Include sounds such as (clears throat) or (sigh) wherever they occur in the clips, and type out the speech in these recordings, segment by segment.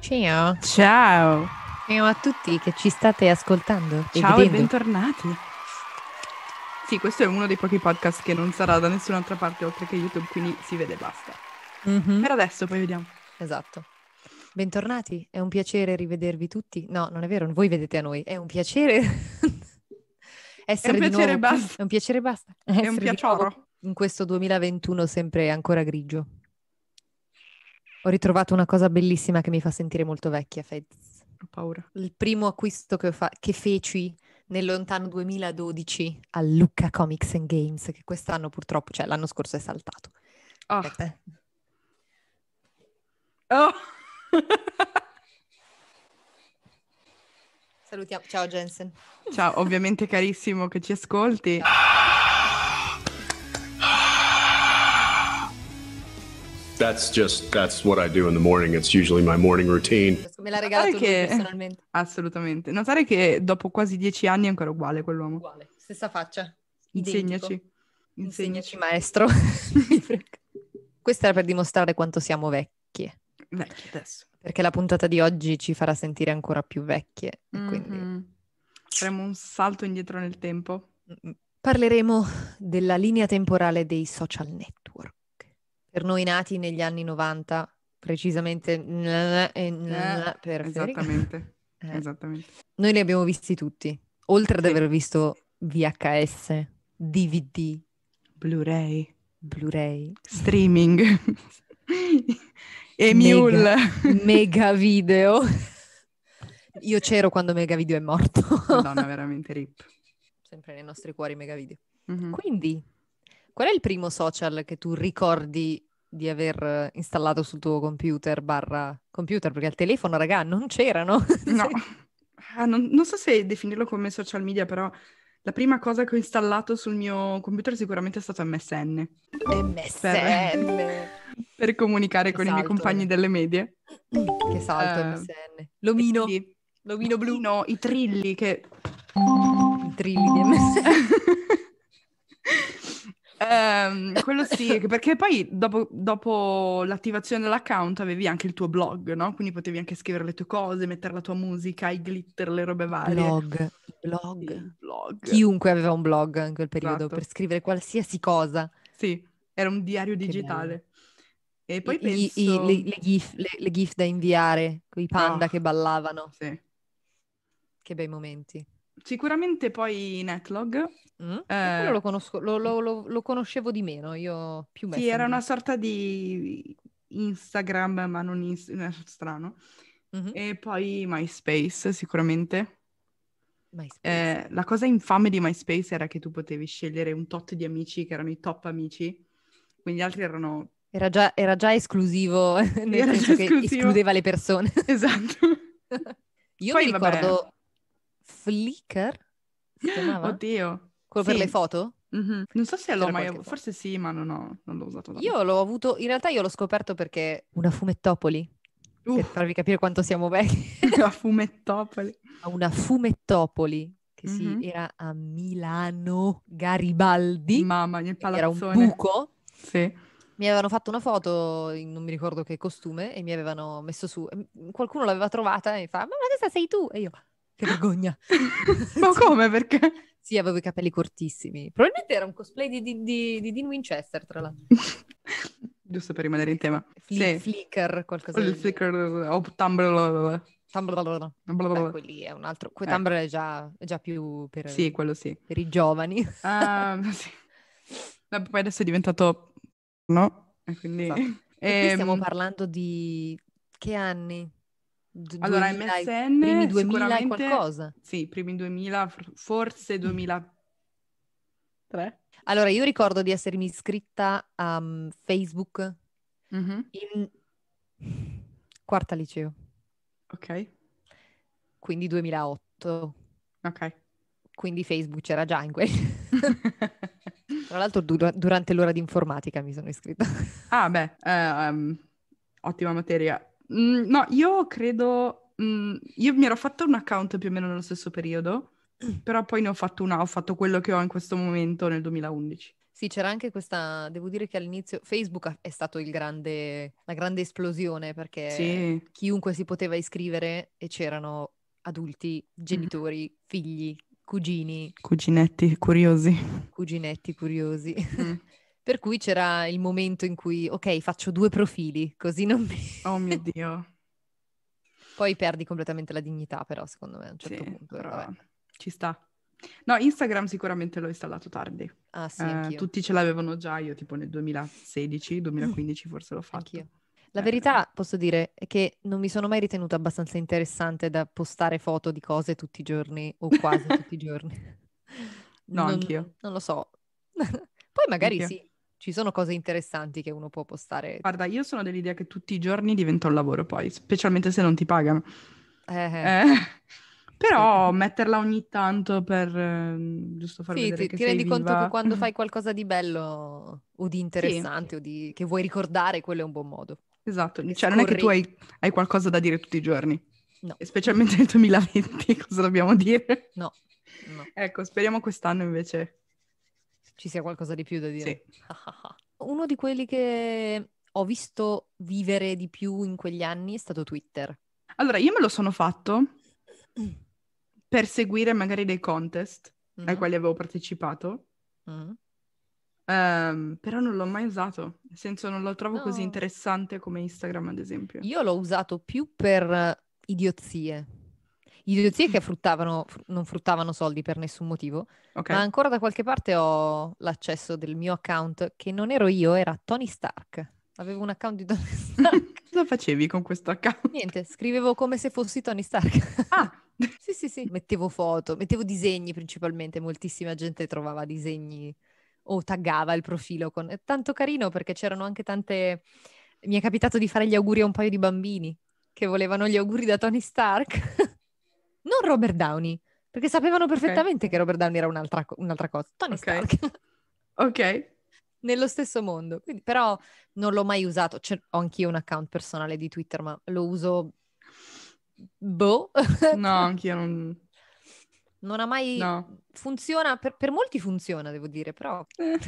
Ciao. Ciao. Ciao a tutti che ci state ascoltando. Ciao e vedendo. bentornati. Sì, questo è uno dei pochi podcast che non sarà da nessun'altra parte oltre che YouTube, quindi si vede e basta. Mhm. Per adesso poi vediamo. Esatto. Bentornati, è un piacere rivedervi tutti. No, non è vero, voi vedete a noi. È un piacere (laughs) È un essere di piacere e nuovo- basta. È un piacere e basta. È un piacioro. in questo 2021 sempre ancora grigio. Ho ritrovato una cosa bellissima che mi fa sentire molto vecchia, Fez. Ho paura. Il primo acquisto che, ho fa- che feci nel lontano 2012 al Lucca Comics and Games, che quest'anno purtroppo, cioè l'anno scorso è saltato. Ah. Aspetta. Oh. (laughs) Salutiamo. Ciao Jensen. Ciao, ovviamente carissimo che ci ascolti. That's just that's what I do in the morning. It's usually my morning routine. Me l'ha regalato lui che- personalmente. Assolutamente. Notare che dopo quasi dieci anni è ancora uguale quell'uomo. Uguale, stessa faccia. Insegnaci. Insegnaci, (laughs) maestro. Mi frega. Questa era per dimostrare quanto siamo vecchie, Vecchio adesso. perché la puntata di oggi ci farà sentire ancora più vecchie. e Quindi Mhm. Faremo un salto indietro nel tempo. Mm, parleremo della linea temporale dei social network. Per noi nati negli anni 90, precisamente n- e n- Eh, per Federica. Esattamente. Eh, Esattamente. Noi li abbiamo visti tutti, oltre ad Sì. aver visto VHS, DVD, Blu-ray, Blu-ray, streaming. (laughs) e Mule. mega (laughs) video. Io c'ero quando mega video è morto. Madonna, veramente rip. (laughs) Sempre nei nostri cuori mega video. Mhm. Mm. Quindi, qual è il primo social che tu ricordi di aver eh, installato sul tuo computer barra computer? Perché al telefono, raga, non c'erano. (laughs) No, Ah, non, non so se definirlo come social media, però la prima cosa che ho installato sul mio computer sicuramente è stato MSN MSN. per comunicare Che con i miei salto, eh. compagni delle medie. Che salto Eh, MSN. L'omino, Quindi, l'omino blu, no, i trilli che... i trilli di (laughs) MSN. Ehm, (laughs) quello sì, che- perché poi dopo, dopo l'attivazione dell'account avevi anche il tuo blog, no? Quindi potevi anche scrivere le tue cose, mettere la tua musica, i glitter, le robe varie. Blog, Sì, blog. il blog. Chiunque aveva un blog in quel periodo Esatto. per scrivere qualsiasi cosa. Sì, era un diario bello. digitale. E poi I- i- penso... i- le, le gif, le- le gif da inviare, quei panda Ah. che ballavano. Sì. Che bei momenti. Sicuramente poi Netlog. Mm? Eh. Quello lo, conosco- lo- lo- lo- lo conoscevo di meno, io più Sì, Messenger. era una sorta di Instagram, ma non ins- eh, strano. Mhm. E poi MySpace, sicuramente. MySpace. Eh, la cosa infame di MySpace era che tu potevi scegliere un tot di amici, che erano i top amici. Quindi gli altri (laughs) erano... Era, già, era già esclusivo, (laughs) nel Era già senso che esclusivo. escludeva le (laughs) persone. Esatto. Io Poi, mi vabbè. ricordo Flickr, si chiamava? Oddio. Quello per sì. le foto? Mhm. Non so se l'ho Ah, C'era mai... qualche Forse sì, ma non, ho- non l'ho usato. tanto. Io l'ho avuto, in realtà io l'ho scoperto perché una fumettopoli, per Uff. farvi capire quanto siamo vecchi, (laughs) (laughs) a Fumettopoli. a una fumettopoli che si- Mhm. era a Milano Garibaldi, Mamma, nel quindi era un palazzone. buco, (laughs) Sì. mi avevano fatto una foto, in non mi ricordo che costume, e mi avevano messo su, e m- qualcuno l'aveva trovata e mi fa, ma questa sei tu? E io, (laughs) che vergogna. Ma come? Perché? Sì, avevo i capelli cortissimi. Probabilmente era un cosplay di, di, di- di Dean Winchester, tra l'altro. Giusto per rimanere in tema. Fli- Sì. Flickr, qualcosa Il del genere. flicker o oh, Tumblr. bla Tumblr. bla Beh, bla. quelli è un altro, que- Eh. Tumblr è già, è già più per, Sì, quello sì. per i giovani. (laughs) Ah, (laughs) sì. Ma Poi adesso è diventato... No? E quindi... Esatto. (laughs) E qui Ehm, stiamo parlando di che anni? D- allora, 2000 e- MSN primi 2000 e sicuramente... qualcosa. Sì, primi 2000, for- forse 2003. Allora, io ricordo di essermi iscritta a mm, Facebook Mm-hmm. Mhm, in quarta liceo, Ok, quindi 2008. (laughs) ok. Quindi Facebook c'era già in quel... (laughs) Tra l'altro dura- durante l'ora di informatica mi sono iscritta. (laughs) Ah, beh, ehm, ottima materia. Mm, no, io credo, mm, io mi ero fatto un account più o meno nello stesso periodo, però poi ne ho fatto una, ho fatto quello che ho in questo momento nel 2011. Sì, c'era anche questa, devo dire che all'inizio Facebook ha- è stato il grande, la grande esplosione perché Sì. chiunque si poteva iscrivere e c'erano adulti, genitori, figli, cugini, Cuginetti curiosi. cuginetti curiosi. Per cui c'era il momento in cui, ok, faccio due profili, così non mi... (laughs) Oh (laughs) mio Dio. Poi perdi completamente la dignità, però, secondo me, a un certo Sì, punto. però vabbè. ci sta. No, Instagram sicuramente l'ho installato tardi. Ah, sì, Eh, anch'io. Mm. tutti ce l'avevano già, io tipo nel 2016, 2015 forse l'ho fatto. Anch'io. La Eh, verità, posso dire, è che non mi sono mai ritenuta abbastanza interessante da postare foto di cose tutti i giorni o (laughs) quasi tutti i giorni. No, Non- anch'io. Non lo so. (laughs) Poi magari Anch'io. sì, ci sono cose interessanti che uno può postare. Guarda, io sono dell'idea che tutti i giorni diventa un lavoro poi, specialmente se non ti pagano. Eh, eh. Eh, (laughs) Però metterla ogni tanto per ehm, giusto far Sì, vedere ti, che ti sei rendi conto viva. che quando (laughs) fai qualcosa di bello o di interessante o di, che vuoi ricordare, quello è un buon modo. Esatto, cioè non è che tu scorri- hai, hai qualcosa da dire tutti i giorni. No. E specialmente nel 2020, (laughs) cosa dobbiamo dire? No, no, Ecco, speriamo quest'anno invece. ci sia qualcosa di più da dire. Sì. (laughs) Uno di quelli che ho visto vivere di più in quegli anni è stato Twitter. Allora, io me lo sono fatto Mm. per seguire magari dei contest ai Mhm, quali avevo partecipato, mhm. ehm, però non l'ho mai usato, nel senso non lo trovo così No. interessante come Instagram, ad esempio. Io l'ho usato più per eh, idiozie. Idiozie che fruttavano, fr- non fruttavano soldi per nessun motivo, Ok. ma ancora da qualche parte ho l'accesso del mio account, che non ero io, era Tony Stark. Avevo un account di (laughs) Tony Stark. (laughs) Cosa facevi con questo account? Niente, scrivevo come se fossi Tony Stark. Ah, (laughs) Sì, sì, sì. Mettevo foto, mettevo disegni principalmente, moltissima gente trovava disegni o taggava il profilo con... È tanto carino perché c'erano anche tante... Mi è capitato di fare gli auguri a un paio di bambini che volevano gli auguri da Tony Stark. (laughs) Non Robert Downey, perché sapevano perfettamente che Robert Downey era un'altra, co- un'altra cosa. Tony Ok. Stark, ok. nello stesso mondo. Quindi, però non l'ho mai usato. C'è- ho anch'io un account personale di Twitter, ma lo uso... Boh. (laughs) No, anch'io non... Non ha mai... No. Funziona, per, per molti funziona, devo dire, però... Eh,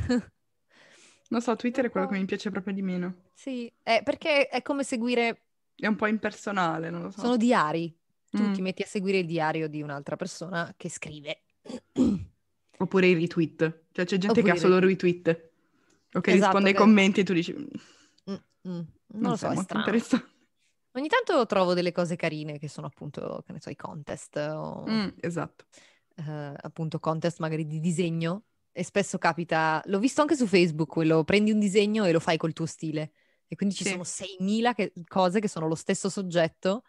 non so, Twitter è quello po'. che mi piace proprio di meno. (laughs) Sì, è perché è come seguire... È un po' impersonale, non lo so. Sono diari. Tu Mm. ti metti a seguire il diario di un'altra persona che scrive. (clears throat) Mm, Oppure i retweet. Cioè c'è gente Oppure che ha i solo retweet. O che Esatto, risponde ai che- commenti e tu dici... Mm, "Mm, mm. Non, Non lo so, so, è è molto strano. interessante. Ogni tanto trovo delle cose carine che sono appunto, che ne so, i contest o Mm, (laughs) esatto. eh, appunto contest magari di disegno e spesso capita, l'ho visto anche su Facebook, quello prendi un disegno e lo fai col tuo stile e quindi ci Sì. sono 6.000 che- cose che sono lo stesso soggetto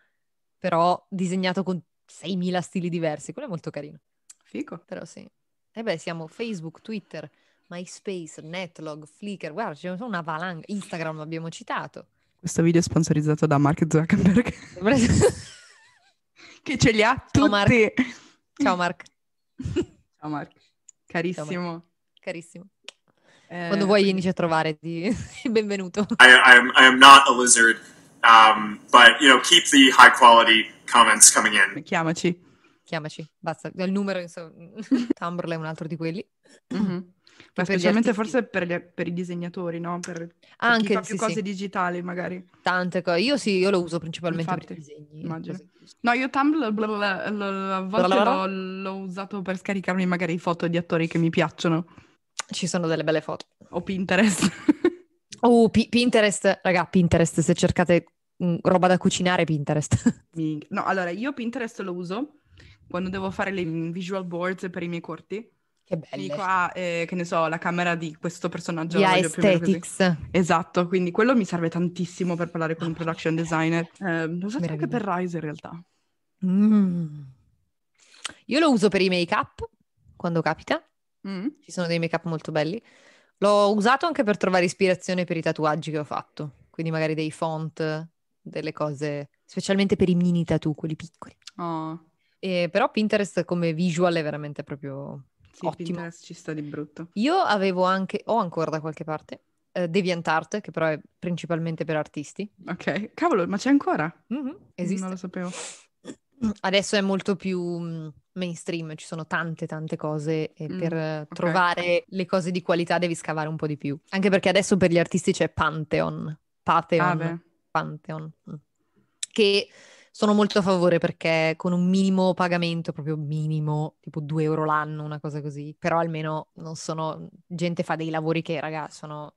però disegnato con 6.000 stili diversi, quello è molto carino, Fico. però sì. E beh, siamo Facebook, Twitter, MySpace, Netlog, Flickr, guarda, c'è una valanga, Instagram l'abbiamo citato. (laughs) Questo video è sponsorizzato da Mark Zuckerberg. (laughs) che ce li ha tutti. Ciao, Mark. Ciao Mark, Ciao, Mark. Carissimo. carissimo. Eh, Quando vuoi vienici a trovare, ti... (laughs) benvenuto. I, I, am, I am not a lizard, um, but you know, keep the high quality comments coming in. Chiamaci. Chiamaci, basta. Il numero, insomma, (laughs) Tumblr è un altro di quelli. Mhm. Ma Mm-hmm. per gli specialmente artisti. forse per, gli- per i disegnatori, no? Per, per chi Anche fa sì, più cose sì, digitali, magari. tante cose. Io sì, io lo uso principalmente per i Infatti, disegni. immagino. cose- No, io Tumblr bla bla bla, lo- a volte bla bla? l'ho, l'ho usato per scaricarmi magari foto di attori che mi piacciono. Ci sono delle belle foto. O Pinterest. (laughs) Oh, Pi- Pinterest, raga, Pinterest, se cercate mm, roba da cucinare, Pinterest. (laughs) Minchia. no, allora, io Pinterest lo uso quando devo fare le visual boards per i miei corti. che Mi belle. dico, ah, eh, che ne so, la camera di questo personaggio. la Via voglio più o meno così. Aesthetics. Esatto, quindi quello mi serve tantissimo per parlare con un Ah, production designer. Eh, l'ho usato Meraviglia. anche per Rise in realtà. Mm. Io lo uso per i make-up, quando capita. Mm. Ci sono dei make-up molto belli. L'ho usato anche per trovare ispirazione per i tatuaggi che ho fatto, quindi magari dei font, delle cose, specialmente per i mini tattoo, quelli piccoli. Oh, E però Pinterest come visual è veramente proprio... sì, Ottimo. Pinterest ci sta di brutto. Io avevo anche, ho ancora da qualche parte, eh, DeviantArt, che però è principalmente per artisti. Ok, cavolo, ma c'è ancora? Mhm, esiste. Non lo sapevo. Adesso è molto più mh, mainstream, ci sono tante tante cose e Mm, per eh, trovare le cose di qualità devi scavare un po' di più. Anche perché adesso per gli artisti c'è Pantheon, Ah, Patheon, beh. Pantheon, mm. che sono molto a favore perché con un minimo pagamento, proprio minimo, tipo 2 euro l'anno, una cosa così, però almeno non sono, gente fa dei lavori che, raga, sono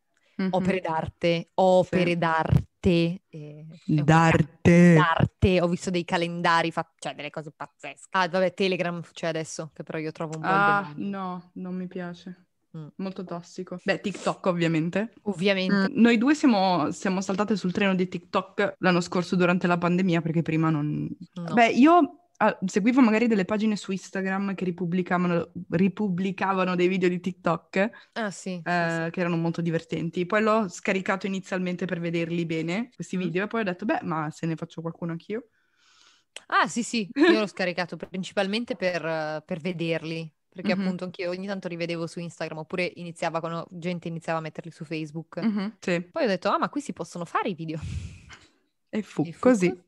opere Mhm. d'arte, opere d'arte. eh, è un D'arte. d'arte, ho visto dei calendari, fa- cioè delle cose pazzesche. Ah, vabbè, Telegram c'è adesso, che però io trovo un po' il Ah, demonio. no, non mi piace. Mm. Molto tossico. Beh, TikTok ovviamente. Ovviamente. Mm, Noi due siamo, siamo saltate sul treno di TikTok l'anno scorso durante la pandemia perché prima non... no. mm. Beh, io ah, seguivo magari delle pagine su Instagram che ripubblicavano, ripubblicavano dei video di TikTok eh, Ah, sì. sì, che erano molto divertenti. Poi l'ho scaricato inizialmente per vederli bene, questi Mm. video, e poi ho detto, beh, ma se ne faccio qualcuno anch'io. sì. Ah, sì, (laughs) sì, io l'ho scaricato principalmente per, eh, per vederli, perché Mhm. appunto anch'io ogni tanto li vedevo su Instagram, oppure iniziava quando gente iniziava a metterli su Facebook. Mhm, Sì, Poi ho detto, ah, ma qui si possono fare i video. e fu, E fu così.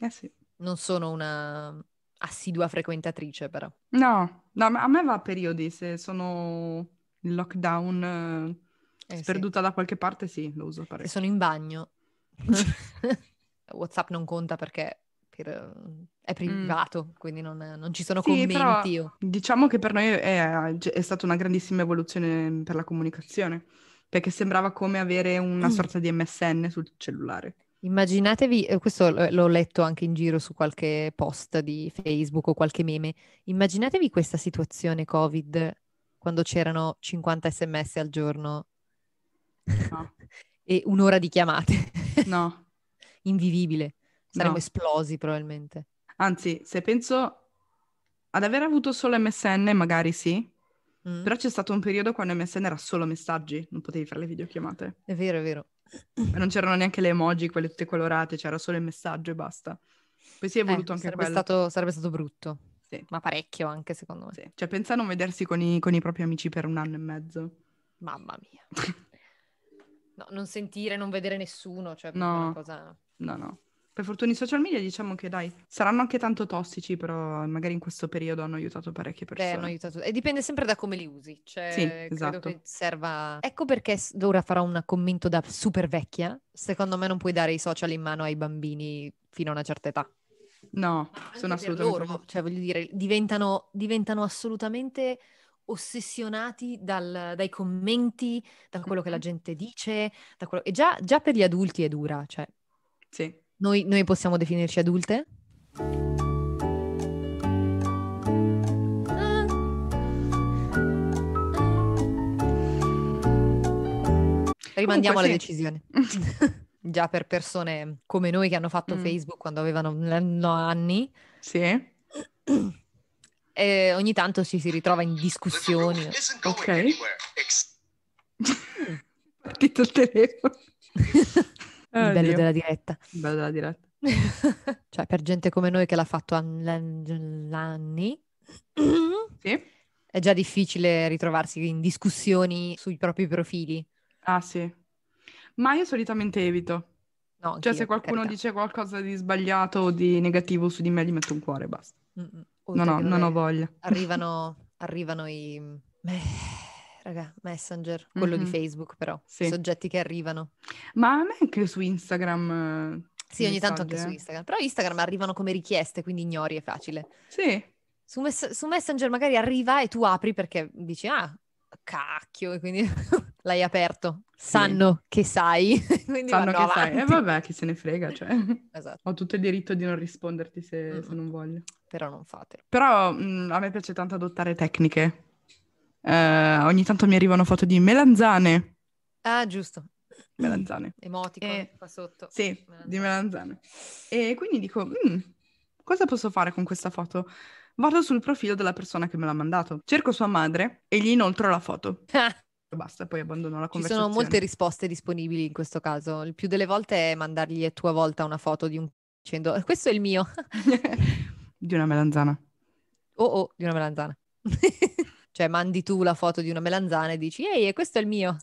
Eh sì. Non sono una assidua frequentatrice, però. No, no, ma a me va a periodi, se sono in lockdown eh, Eh, sì. sperduta da qualche parte, sì, lo uso Se parecchio. sono in (laughs) bagno. WhatsApp non conta perché per- è privato, quindi non, non ci sono Mm. Sì, però- commenti. o- Diciamo che per noi è, è stata una grandissima evoluzione mm, per la comunicazione, perché sembrava come avere una Mm. sorta di MSN sul cellulare. Immaginatevi, eh, questo l- l'ho letto anche in giro su qualche post di Facebook o qualche meme. Immaginatevi questa situazione Covid quando c'erano 50 sms al giorno No, (laughs) e un'ora di chiamate. (laughs) no, Invivibile. Saremmo no. esplosi probabilmente. Anzi, se penso ad aver avuto solo MSN, magari sì, Mm? però c'è stato un periodo quando MSN era solo messaggi, non potevi fare le videochiamate. È vero, è vero. Mm. E non c'erano neanche le emoji, quelle tutte colorate, c'era solo il messaggio e basta. Poi si è Eh, evoluto anche sarebbe, quello. stato, sarebbe stato brutto, Sì, ma parecchio anche secondo me. sì. Cioè, pensa a non vedersi con i, con i propri amici per un anno e mezzo. Mamma mia. No, non sentire, non vedere nessuno, cioè No. proprio una cosa... No, no. Per fortuna i social media diciamo che dai, saranno anche tanto tossici, però magari in questo periodo hanno aiutato parecchie Beh, persone. hanno aiutato. E dipende sempre da come li usi. Cioè, Sì, credo esatto. che serva... Ecco perché s- ora farò un commento da super vecchia. Secondo me non puoi dare i social in mano ai bambini fino a una certa età. No, Ma anche sono per assolutamente... loro, cioè voglio dire, diventano, diventano assolutamente ossessionati dal- dai commenti, da quello che la Mhm. gente dice, da quello- e già, già per gli adulti è dura, cioè Sì. noi, noi possiamo definirci adulte? Rimandiamo Comunque, la sì. decisione. (laughs) Già per persone come noi che hanno fatto Mm. Facebook quando avevano mm, no, anni, (laughs) Sì? (laughs) e ogni tanto ci si ritrova in discussioni. Ok. Partito il telefono. Il bello Oddio. della diretta. (laughs) Il bello della diretta. cioè, per gente come noi che l'ha fatto an- anni, Sì? (clears throat) è già difficile ritrovarsi in discussioni sui propri profili. Ah, sì. Ma io solitamente evito. No, Cioè, anch'io, se per qualcuno carità. dice qualcosa di sbagliato o di negativo su di me, gli metto un cuore e basta. Mm, mm. Oh, No, te no, che non ho vabbè. voglia. Arrivano, arrivano i... eh, raga, Messenger, quello di Mhm. Facebook però, Sì. i soggetti che arrivano. Ma a me anche su Instagram... eh, Sì, ogni tanto anche messaggi, su eh. Instagram, però Instagram arrivano come richieste, quindi ignori, è facile. Sì. Su, mess- su Messenger magari arriva e tu apri perché dici, ah, cacchio, e quindi (laughs) l'hai aperto. Sanno che sai, (laughs) quindi Sanno vanno che sai. E avanti. vabbè, chi se ne frega, cioè. (laughs) Esatto, Ho tutto il diritto di non risponderti se, Mm. se non voglio. però non fatelo. Però mh, a me piace tanto adottare tecniche. Eh, ogni tanto mi arrivano foto di melanzane. Ah, giusto. Melanzane. Emoticon Eh, qua sotto. (laughs) Sì, di (laughs) Melanzane. melanzane. E quindi dico, "Mm, cosa posso fare con questa foto? Vado sul profilo della persona che me l'ha mandato, cerco sua madre e gli inoltro la foto. E Basta, poi abbandono la Ci conversazione. sono molte risposte disponibili in questo caso. Il più delle volte è mandargli a tua volta una foto di un (laughs) dicendo "Eh, questo è il (laughs) mio di una melanzana. o oh, di una melanzana. (laughs) cioè mandi tu la foto di una melanzana e dici ehi, e questo è il mio.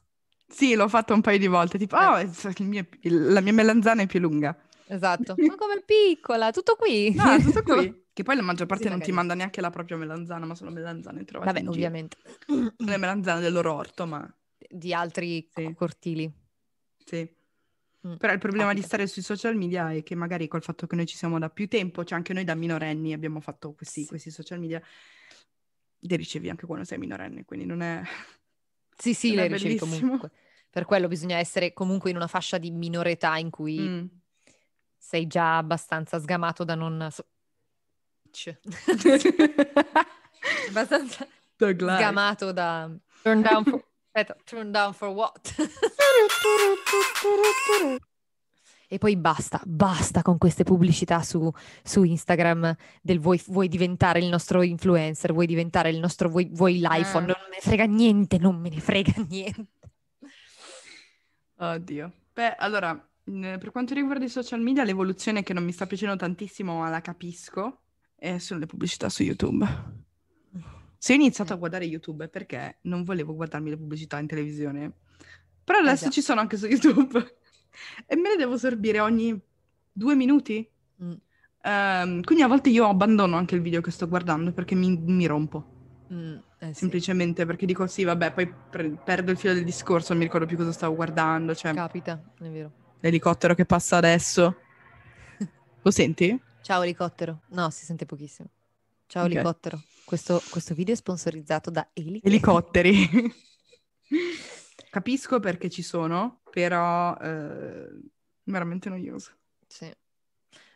Sì, l'ho fatto un paio di volte, tipo, Eh. "Oh, il mio- il- la mia melanzana è più lunga. Esatto. (laughs) Ma come piccola, tutto qui. No, (laughs) tutto qui. (laughs) Che poi la maggior parte Sì, non ti magari. manda neanche la propria melanzana, ma solo melanzane trovate Vabbè, in giro. ovviamente. Non è melanzana del loro orto, ma Di altri Sì. co- cortili. sì. Mm. Però il problema di Capita. stare sui social media è che magari col fatto che noi ci siamo da più tempo, cioè anche noi da minorenni abbiamo fatto questi, Sì. questi social media, li ricevi anche quando sei minorenne, quindi non è... Sì, sì, Ed le è ricevi bellissimo. comunque. Per quello bisogna essere comunque in una fascia di minore età in cui (laughs) Mm. sei già abbastanza sgamato da non... so- (laughs) Ch. abbastanza Thug life. sgamato da... Turn down for... (laughs) Aspetta, turn down for what? E poi basta, basta con queste pubblicità su, su Instagram del vuoi, vuoi diventare il nostro influencer, vuoi diventare il nostro, vuoi, vuoi l'iPhone, Ah. non me ne frega niente, non me ne frega niente. Oddio. Beh, allora, mh, per quanto riguarda i social media, l'evoluzione che non mi sta piacendo tantissimo, ma la capisco, eh, sono le pubblicità su YouTube. Se ho iniziato a guardare YouTube è perché non volevo guardarmi le pubblicità in televisione, però adesso già. ci sono anche su (laughs) YouTube e me le devo sorbire ogni due minuti. Mm. Ehm, quindi a volte io abbandono anche il video che sto guardando perché mi, mi rompo, Mm, eh sì. semplicemente perché dico sì, vabbè, poi pre- perdo il filo del discorso, non mi ricordo più cosa stavo guardando, cioè... Capita, è vero. L'elicottero che passa adesso. Lo senti? Ciao elicottero. No, si sente pochissimo. Ciao Ok. elicottero. Questo, questo video è sponsorizzato da Eli. Elicotteri. (laughs) Capisco perché ci sono, però eh, veramente noioso. Sì.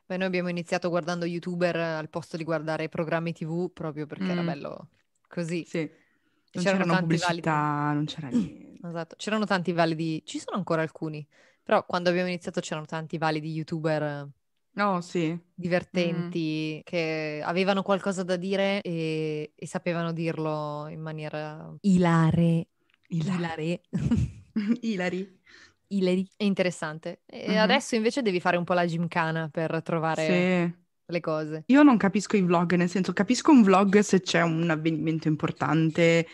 Beh, noi abbiamo iniziato guardando YouTuber eh, al posto di guardare programmi TV proprio perché era Mm. bello così. Sì. Non c'erano c'erano tanti pubblicità, non c'era (clears throat) niente. Esatto, c'erano tanti validi, ci sono ancora alcuni, però quando abbiamo iniziato c'erano tanti validi youtuber eh, No, sì. divertenti che avevano qualcosa da dire e, e sapevano dirlo in maniera ilare, Ilari. ilare, (laughs) Ilari. ilari. È interessante. E Mhm. adesso invece devi fare un po' la gymkhana per trovare Sì. le cose. Io non capisco i vlog, nel senso capisco un vlog se c'è un avvenimento importante,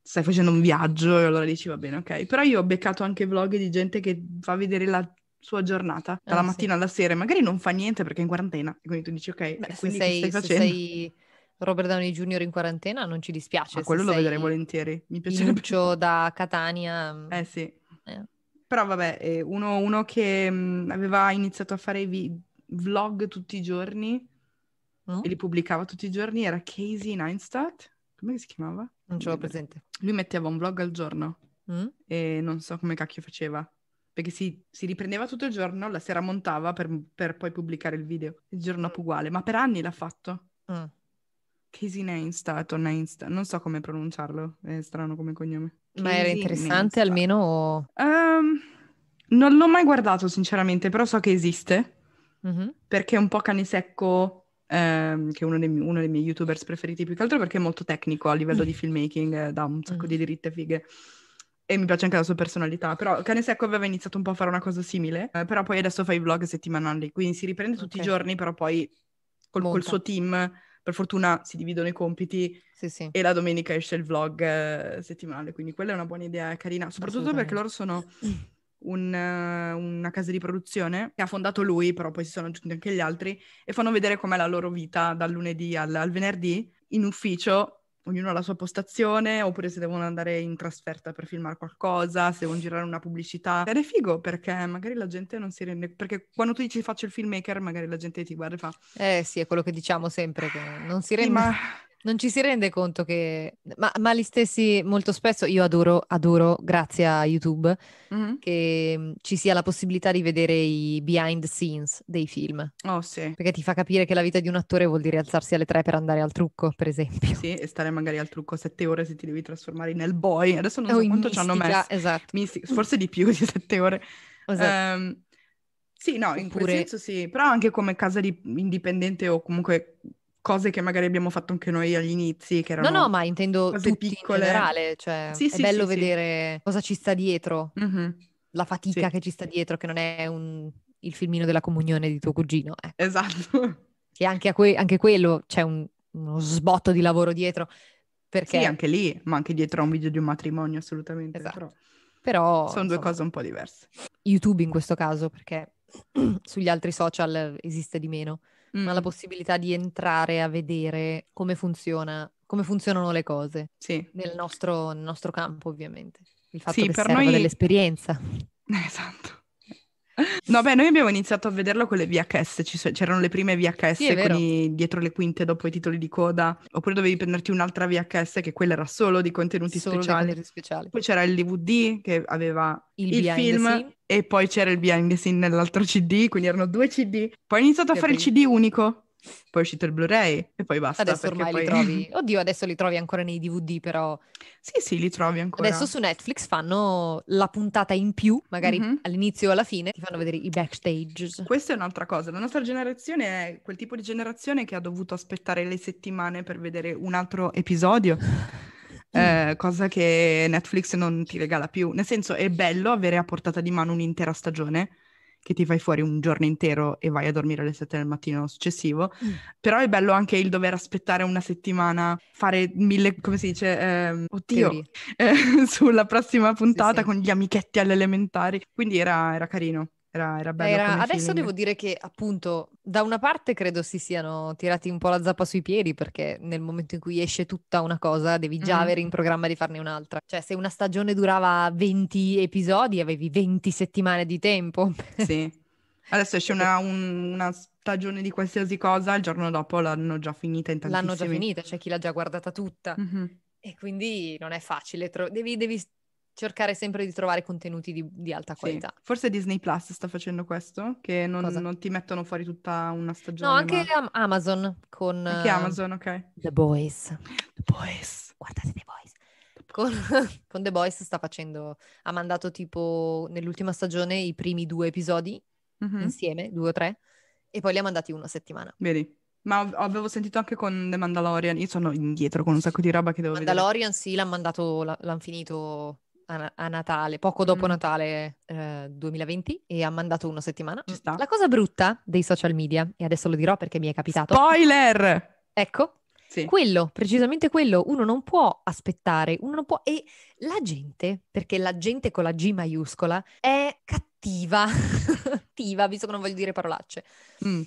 stai facendo un viaggio e allora dici va bene, ok. Però io ho beccato anche vlog di gente che fa vedere la sua giornata dalla Ah, sì. mattina alla sera e magari non fa niente perché è in quarantena. E quindi tu dici ok, e Beh, se quindi che sei, stai se facendo? sei Robert Downey Jr. in quarantena non ci dispiace. Ma Cioè, se quello lo sei vedrei volentieri, mi piacerebbe. Pinuccio da Catania. (laughs) Eh sì. eh. Però vabbè, eh, uno, uno che mh, aveva iniziato a fare i vi- vlog tutti i giorni Mm? e li pubblicava tutti i giorni era Casey Neistat. Come si chiamava? Non ce l'ho presente. presente. Lui metteva un vlog al giorno Mm? e non so come cacchio faceva. Perché si, si riprendeva tutto il giorno, la sera montava per, per poi pubblicare il video. Il giorno dopo uguale, ma per anni l'ha fatto. Mm. Casey Neistat o Neistat, non so come pronunciarlo, è strano come cognome. Ma era Casey interessante Neistat. almeno o- Ehm, non l'ho mai guardato sinceramente, però so che esiste. Mhm. Perché è un po' cane secco, ehm, che è uno dei, mi- uno dei miei youtubers preferiti, più che altro perché è molto tecnico a livello Mm. di filmmaking, eh, dà un sacco di dritte fighe. E mi piace anche la sua personalità. Però Cane Secco aveva iniziato un po' a fare una cosa simile, eh, però poi adesso fa i vlog settimanali, quindi si riprende tutti Ok. i giorni, però poi col, col Monta. suo team, per fortuna, si dividono i compiti Sì, sì. e la domenica esce il vlog eh, settimanale, quindi quella è una buona idea, è carina, soprattutto perché Assolutamente. loro sono (clears throat) un, eh, una casa di produzione che ha fondato lui, però poi si sono aggiunti anche gli altri e fanno vedere com'è la loro vita dal lunedì al, al venerdì in ufficio, ognuno ha la sua postazione, oppure se devono andare in trasferta per filmare qualcosa, se devono girare una pubblicità. Ed è figo perché magari la gente non si rende, perché quando tu dici faccio il filmmaker, magari la gente ti guarda e fa, Eh sì, è quello che diciamo sempre, che non si "Sì, rende, (laughs) ma non ci si rende conto che... Ma, ma gli stessi, molto spesso, io adoro, adoro, grazie a YouTube, Mhm. che mm, ci sia la possibilità di vedere i behind the scenes dei film, oh sì. perché ti fa capire che la vita di un attore vuol dire alzarsi alle tre per andare al trucco, per esempio. Sì, e stare magari al trucco sette ore se ti devi trasformare in Hellboy. Adesso non (laughs) O so in quanto ci hanno mistica, messo. Esatto, Misti- forse di più di sette ore. esatto. Ehm, sì, no, in quel Oppure- senso sì, però anche come casa di- indipendente o comunque cose che magari abbiamo fatto anche noi agli inizi, che No, erano... no, ma intendo cose tutti piccole. in generale, cioè Sì, è sì, bello sì, sì. vedere cosa ci sta dietro, Mhm, la fatica Sì. che ci sta dietro, che non è un- il filmino della comunione di tuo cugino, eh. Esatto. Che anche, a que- anche quello c'è un- uno sbotto di lavoro dietro, perché Sì, anche lì, ma anche dietro a un video di un matrimonio, assolutamente. Esatto. però però sono due insomma, cose un po' diverse. YouTube in questo caso, perché (clears throat) sugli altri social esiste di meno, Mm. ma la possibilità di entrare a vedere come funziona, come funzionano le cose Sì, nel nostro, nel nostro campo, ovviamente. Il fatto Sì, che per serva noi- dell'esperienza. (laughs) esatto. No, beh, noi abbiamo iniziato a vederlo con le VHS, ci so- c'erano le prime VHS Sì, è con vero. i- dietro le quinte dopo i titoli di coda, oppure dovevi prenderti un'altra VHS che quella era solo di contenuti Solo dei speciali. contenuti speciali. Poi c'era il DVD che aveva Il, il behind the film scene. e poi c'era il behind the scene nell'altro CD, quindi erano due CD. Poi ho iniziato a Che fare il bello. CD unico, poi è uscito il Blu-ray e poi basta. Adesso perché ormai poi... li trovi. (laughs) Oddio, adesso li trovi ancora nei DVD, però Sì, sì, li trovi ancora. adesso su Netflix fanno la puntata in più, magari Mhm. all'inizio o alla fine, ti fanno vedere i backstage. Questa è un'altra cosa. La nostra generazione è quel tipo di generazione che ha dovuto aspettare le settimane per vedere un altro episodio. eh, cosa che Netflix non ti regala più. Nel senso, è bello avere a portata di mano un'intera stagione che ti fai fuori un giorno intero e vai a dormire alle 7 del mattino successivo. Mm. Però è bello anche il dover aspettare una settimana, fare mille, come si dice, ehm, oddio, Teorie. eh, (laughs) sulla prossima puntata sì. con gli amichetti alle elementari. Quindi era, era carino, era, era bello. Era- come adesso feeling. devo dire che appunto da una parte credo si siano tirati un po' la zappa sui piedi perché nel momento in cui esce tutta una cosa devi già Mhm. avere in programma di farne un'altra. Cioè se una stagione durava 20 episodi avevi 20 settimane di tempo. (laughs) Sì. Adesso esce una, un- una stagione di qualsiasi cosa, il giorno dopo l'hanno già finita in L'hanno già tantissimi. finita, c'è chi l'ha già guardata tutta Mhm. e quindi non è facile. tro- devi, devi s- cercare sempre di trovare contenuti di, di alta Sì. qualità. Forse Disney Plus sta facendo questo, che non, Cosa? non ti mettono fuori tutta una No, stagione. anche ma- Am- Amazon con anche eh, Amazon, ok. The Boys. The Boys. guardate The Boys. Con, con (laughs) The Boys sta facendo, ha mandato tipo nell'ultima stagione i primi due episodi Mhm. insieme, due o tre, e poi li ha mandati una settimana. Vedi. Ma av- avevo sentito anche con The Mandalorian, io sono indietro con un sacco di roba che devo vedere. Mandalorian sì, l'hanno mandato, l'ha- l'hanno finito a, a Natale, poco dopo Mm. Natale eh, 2020, e ha mandato una settimana. Ci sta. La cosa brutta dei social media, e adesso lo dirò perché mi è capitato, Spoiler! ecco, Sì. Quello, precisamente quello, uno non può aspettare, uno non può... E la gente, perché la gente con la G maiuscola è cattiva, (laughs) cattiva, visto che non voglio dire parolacce. Mm.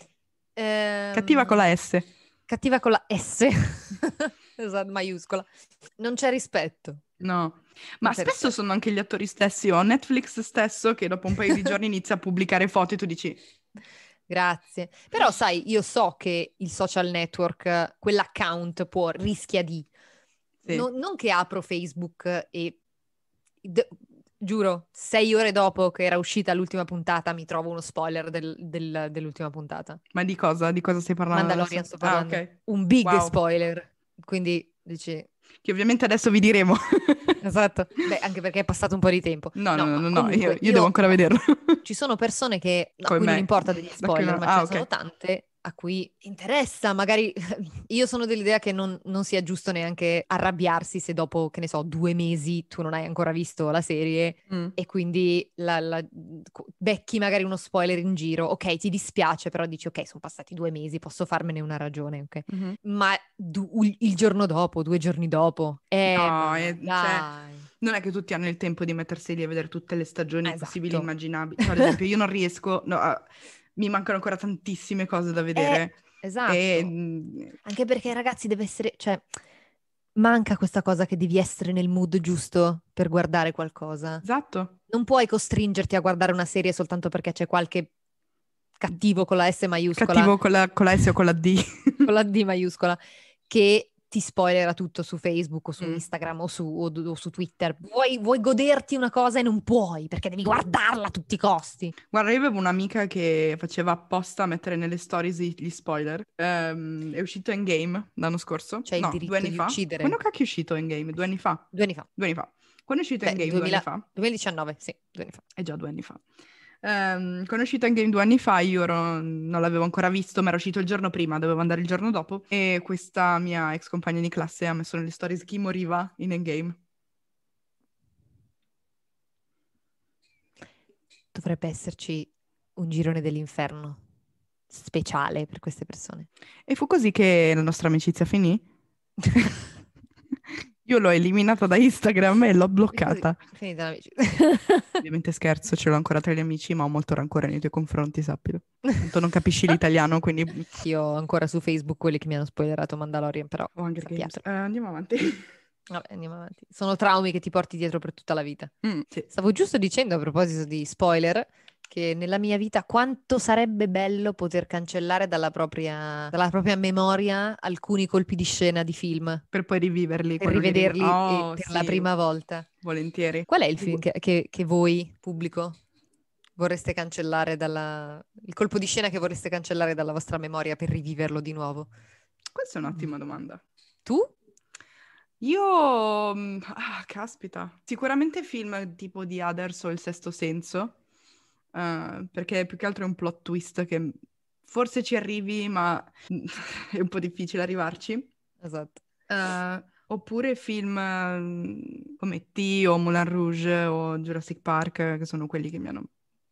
Ehm, Cattiva con la S. Cattiva con la S, (laughs) esatto, maiuscola. Non c'è rispetto. No, ma c'è spesso sono anche gli attori stessi o Netflix stesso che dopo un paio di giorni inizia a pubblicare foto e tu dici, Grazie. Però sai, io so che il social network, quell'account può, rischia di... Sì. Non, non che apro Facebook e... d- giuro, sei ore dopo che era uscita l'ultima puntata mi trovo uno spoiler del- del- dell'ultima puntata. ma di cosa? Di cosa stai parlando? Mandalorian adesso?" sto parlando. Ah, ok. Un big Wow. spoiler. Quindi dici... Che ovviamente adesso vi diremo. (laughs) Esatto. Beh, anche perché è passato un po' di tempo. No, no, ma no, no, no, io, comunque io devo ancora vederlo. ci sono persone che a Come cui non me. importa degli spoiler, no. ma Ah, ce ne sono ok. tante a cui interessa. Magari (laughs) io sono dell'idea che non, non sia giusto neanche arrabbiarsi se dopo, che ne so, due mesi tu non hai ancora visto la serie (laughs) Mm. e quindi la- la- co- becchi magari uno spoiler in giro. Ok, ti dispiace, però dici ok, sono passati due mesi, posso farmene una ragione, ok? Mhm. Ma du- il- il giorno dopo, due giorni dopo, eh, No, ma eh, cioè, dai. Non è che tutti hanno il tempo di mettersi lì a vedere tutte le stagioni Esatto. possibili e immaginabili. (laughs) Cioè, ad esempio, io non riesco, no, a- mi mancano ancora tantissime cose da vedere. Eh, esatto. E, mm, Anche perché, ragazzi, deve essere, cioè, manca questa cosa che devi essere nel mood giusto per guardare qualcosa. esatto. Non puoi costringerti a guardare una serie soltanto perché c'è qualche cattivo con la S maiuscola, Cattivo con la, con la S o con la D. (laughs) con la D maiuscola, che ti spoilerà tutto su Facebook o su Mm. Instagram o su, o- o su Twitter. Vuoi, vuoi goderti una cosa e non puoi perché devi guardarla a tutti i costi. Guarda, io avevo un'amica che faceva apposta a mettere nelle stories i- gli spoiler. Ehm, è uscito Endgame l'anno scorso. C'è Cioè, il no, diritto due anni di fa. uccidere. Quando cacchio è uscito Endgame? Due anni fa. Due anni fa, Due anni fa. Quando è uscito Beh, Endgame 2000 due anni fa? 2019, sì, due anni fa. È già due anni fa. Ehm, quando è uscito Endgame due anni fa io ero- non l'avevo ancora visto, ma era uscito il giorno prima, dovevo andare il giorno dopo. E questa mia ex compagna di classe ha messo nelle stories chi moriva in Endgame. Dovrebbe esserci un girone dell'inferno speciale per (laughs) queste persone. E fu così che la nostra amicizia finì. (laughs) Io l'ho eliminata da Instagram e l'ho bloccata. Finita l'amici. Ovviamente scherzo, ce l'ho ancora tra gli amici, ma ho molto rancore nei tuoi confronti, sappilo. Tanto non capisci l'italiano, quindi... Io (laughs) ho ancora su Facebook quelli che mi hanno spoilerato Mandalorian, però Ho Hunger Games. Sappiate. Eh, andiamo avanti. vabbè, andiamo avanti. Sono traumi che ti porti dietro per tutta la vita. Mm, sì. Stavo giusto dicendo a proposito di spoiler che nella mia vita quanto sarebbe bello poter cancellare dalla propria, dalla propria memoria alcuni colpi di scena di film Per poi riviverli. per quando li rivederli eh, rivi- Oh, per la sì, prima volta. Volentieri. Qual è il film che, che- che voi, pubblico, vorreste cancellare dalla... il colpo di scena che vorreste cancellare dalla vostra memoria per riviverlo di nuovo? Questa è Mm. un'ottima domanda. Tu? Io, mm, ah, caspita, sicuramente film tipo di Others o Il Sesto Senso, eh, perché più che altro è un plot twist che forse ci arrivi, ma (laughs) è un po' difficile arrivarci. Esatto. Eh, oppure film eh, come T o Moulin Rouge o Jurassic Park, eh, che sono quelli che mi hanno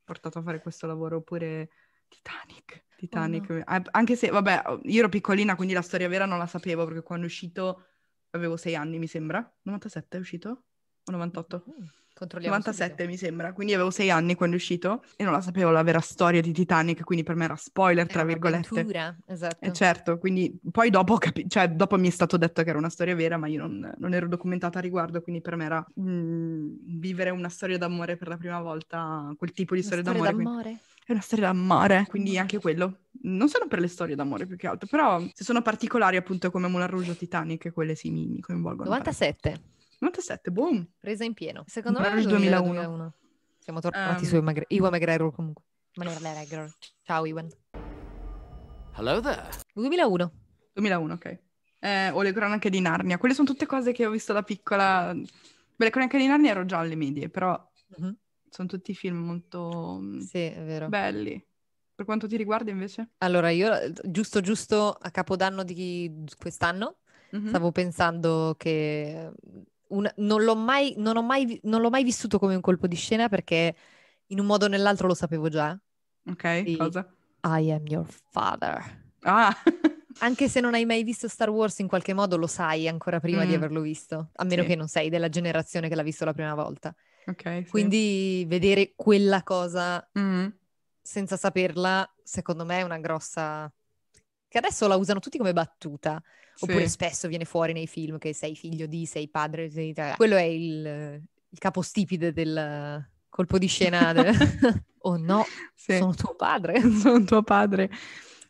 portato a fare questo lavoro, oppure Titanic. Oh Titanic, eh, anche se, vabbè, io ero piccolina, quindi la storia vera non la sapevo, perché quando è uscito avevo sei anni, mi sembra. 97 è uscito? O 98? Mm, Controlliamo 97 subito. mi sembra, quindi avevo sei anni quando è uscito e non la sapevo la vera storia di Titanic, quindi per me era spoiler, tra Era virgolette. un'avventura, esatto. Eh, certo, quindi poi dopo, ho capi- cioè, dopo mi è stato detto che era una storia vera, ma io non, non ero documentata a riguardo, quindi per me era mm, vivere una storia d'amore per la prima volta, quel tipo di Una storia, d'amore. Mm. quindi- d'amore? È una storia d'amore, quindi Amore. anche quello. Non sono per le storie d'amore più che altro, però se sono particolari appunto come Moulin Rouge o Titanic, quelle sì mi, mi coinvolgono. 97, 97, boom! presa in pieno. Secondo me Bravo è il il 2001. 2001. Siamo tornati Ehm. su Magre- Iwan McGregor comunque. Ma non era McGregor. Ciao Iwan. Hello there. 2001. 2001, ok. Eh, o le cronache di Narnia, quelle sono tutte cose che ho visto da piccola. Beh, le cronache di Narnia ero già alle medie, però Mhm. sono tutti film molto mm, Sì, è vero. belli. Per quanto ti riguarda invece? Allora, io eh, giusto giusto a capodanno di quest'anno Mhm. Stavo pensando che un- non l'ho mai, non ho mai vi- non l'ho mai vissuto come un colpo di scena perché in un modo o nell'altro lo sapevo già. Ok, Sì. cosa? I am your father. Ah, (laughs) Anche se non hai mai visto Star Wars, in qualche modo lo sai ancora prima di Mm. averlo visto, a meno Sì. che non sei della generazione che l'ha visto la prima volta. ok. sì. Quindi vedere quella cosa Mm. senza saperla, secondo me è una grossa... che adesso la usano tutti come battuta. Oppure Sì. spesso viene fuori nei film che sei figlio di, sei padre, sei... Quello è il, il capostipite del colpo di scena. (laughs) del- (laughs) oh no, Sì. sono tuo padre. (laughs) Sono tuo padre.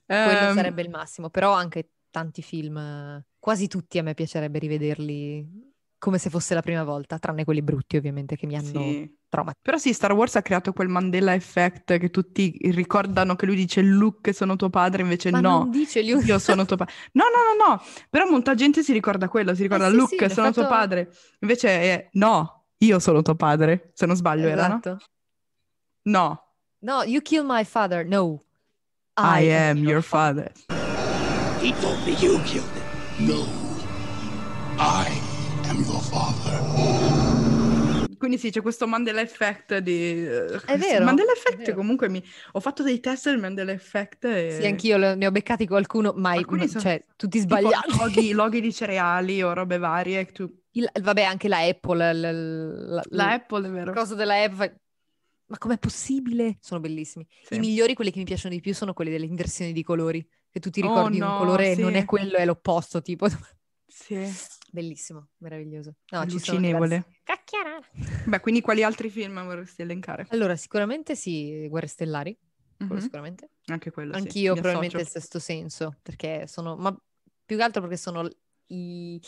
Quello Ehm, sarebbe il massimo. Però anche tanti film, eh, quasi tutti a me piacerebbe rivederli come se fosse la prima volta, tranne quelli brutti ovviamente che mi hanno sì. traumatizzato. Però sì, Star Wars ha creato quel Mandela effect che tutti ricordano che lui dice Luke sono tuo padre, invece Ma no. non dice lui... Io sono (laughs) tuo padre. No, no, no, no. Però molta gente si ricorda quello, si ricorda Eh sì, Luke, sì, sono tuo l'effetto- padre. Invece è no, io sono tuo padre. Se non sbaglio era, no? Esatto. No, No, you kill my father. No. Ah, I am your father. He told me you killed him. No. I am your father. Quindi sì, c'è questo Mandela Effect di... È vero, Mandela è Effect vero. comunque mi... Ho fatto dei test del Mandela Effect e... Sì, anch'io le- ne ho beccati qualcuno, ma Alcuni ma- sono- cioè, tutti Tipo sbagliati. loghi, loghi di cereali o robe varie. che tu- (laughs) Il- vabbè, anche la Apple, l- l- la, La l- Apple è vero. il coso della Apple. fa- Ma com'è possibile? Sono bellissimi. Sì. I migliori, quelli che mi piacciono di più, sono quelli delle inversioni di colori. Che tu ti Oh, ricordi no, un colore, sì. non è quello, è l'opposto, tipo. (laughs) Sì. Bellissimo, meraviglioso. No, ci sono Allucinevole. diversi- Cacchiarana. Beh, quindi quali altri film vorresti elencare? Allora, sicuramente sì, Guerre Stellari, quello Mhm. sicuramente. Anche quello, sì. Anch'io Mi probabilmente il associo. sesto senso, perché sono, ma più che altro perché sono i,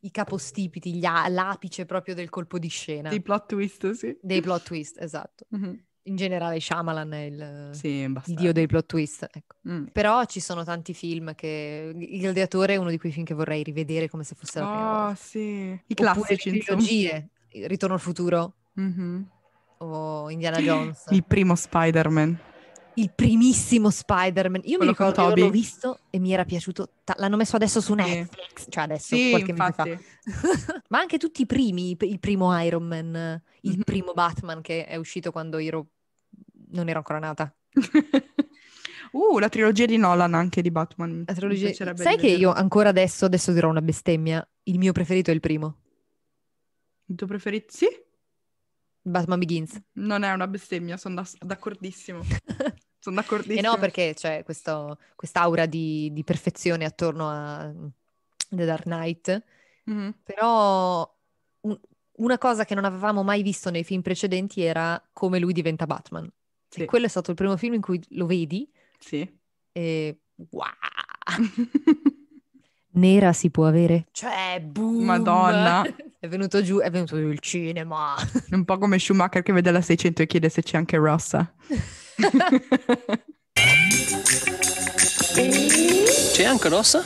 i capostipiti, gli a- l'apice proprio del colpo di scena, Dei plot twist, sì. dei plot twist, esatto. Mhm. In generale Shyamalan è il, Sì, il basta. dio dei plot twist, ecco. Mm. Però ci sono tanti film che... Il Gladiatore è uno di quei film che vorrei rivedere come se fosse la prima Oh, volta. sì. I Oppure classici, le insomma. trilogie, Ritorno al futuro Mhm. o Indiana Jones. (gasps) Il primo Spider-Man. il primissimo Spider-Man. Io mi Quello con ricordo che Tobey. l'ho visto e mi era piaciuto. ta- L'hanno messo adesso su Sì. Netflix, cioè adesso, Sì, qualche infatti. mese fa. Ma anche tutti i primi, il primo Iron Man, il Mhm. primo Batman che è uscito quando io ero- non ero ancora nata. (laughs) uh, la trilogia di Nolan anche di Batman. La Mi trilogia- piacerebbe Sai che rivederla. io ancora adesso, adesso dirò una bestemmia, il mio preferito è il primo. Il tuo preferito? Sì? Batman Begins. (laughs) Non è una bestemmia, sono da- d'accordissimo. Sono d'accordissimo. E Eh no, perché c'è questo- quest'aura di, di perfezione attorno a mm, The Dark Knight, Mhm. però un- una cosa che non avevamo mai visto nei film precedenti era come lui diventa Batman. Sì. E quello è stato il primo film in cui lo vedi Sì. e... wow, Ah. Nera si può avere? Cioè, boom! (laughs) Madonna. È venuto giù, è venuto giù il cinema. Un po' come Schumacher che vede la 600 e chiede se c'è anche rossa. (laughs) C'è anche rossa?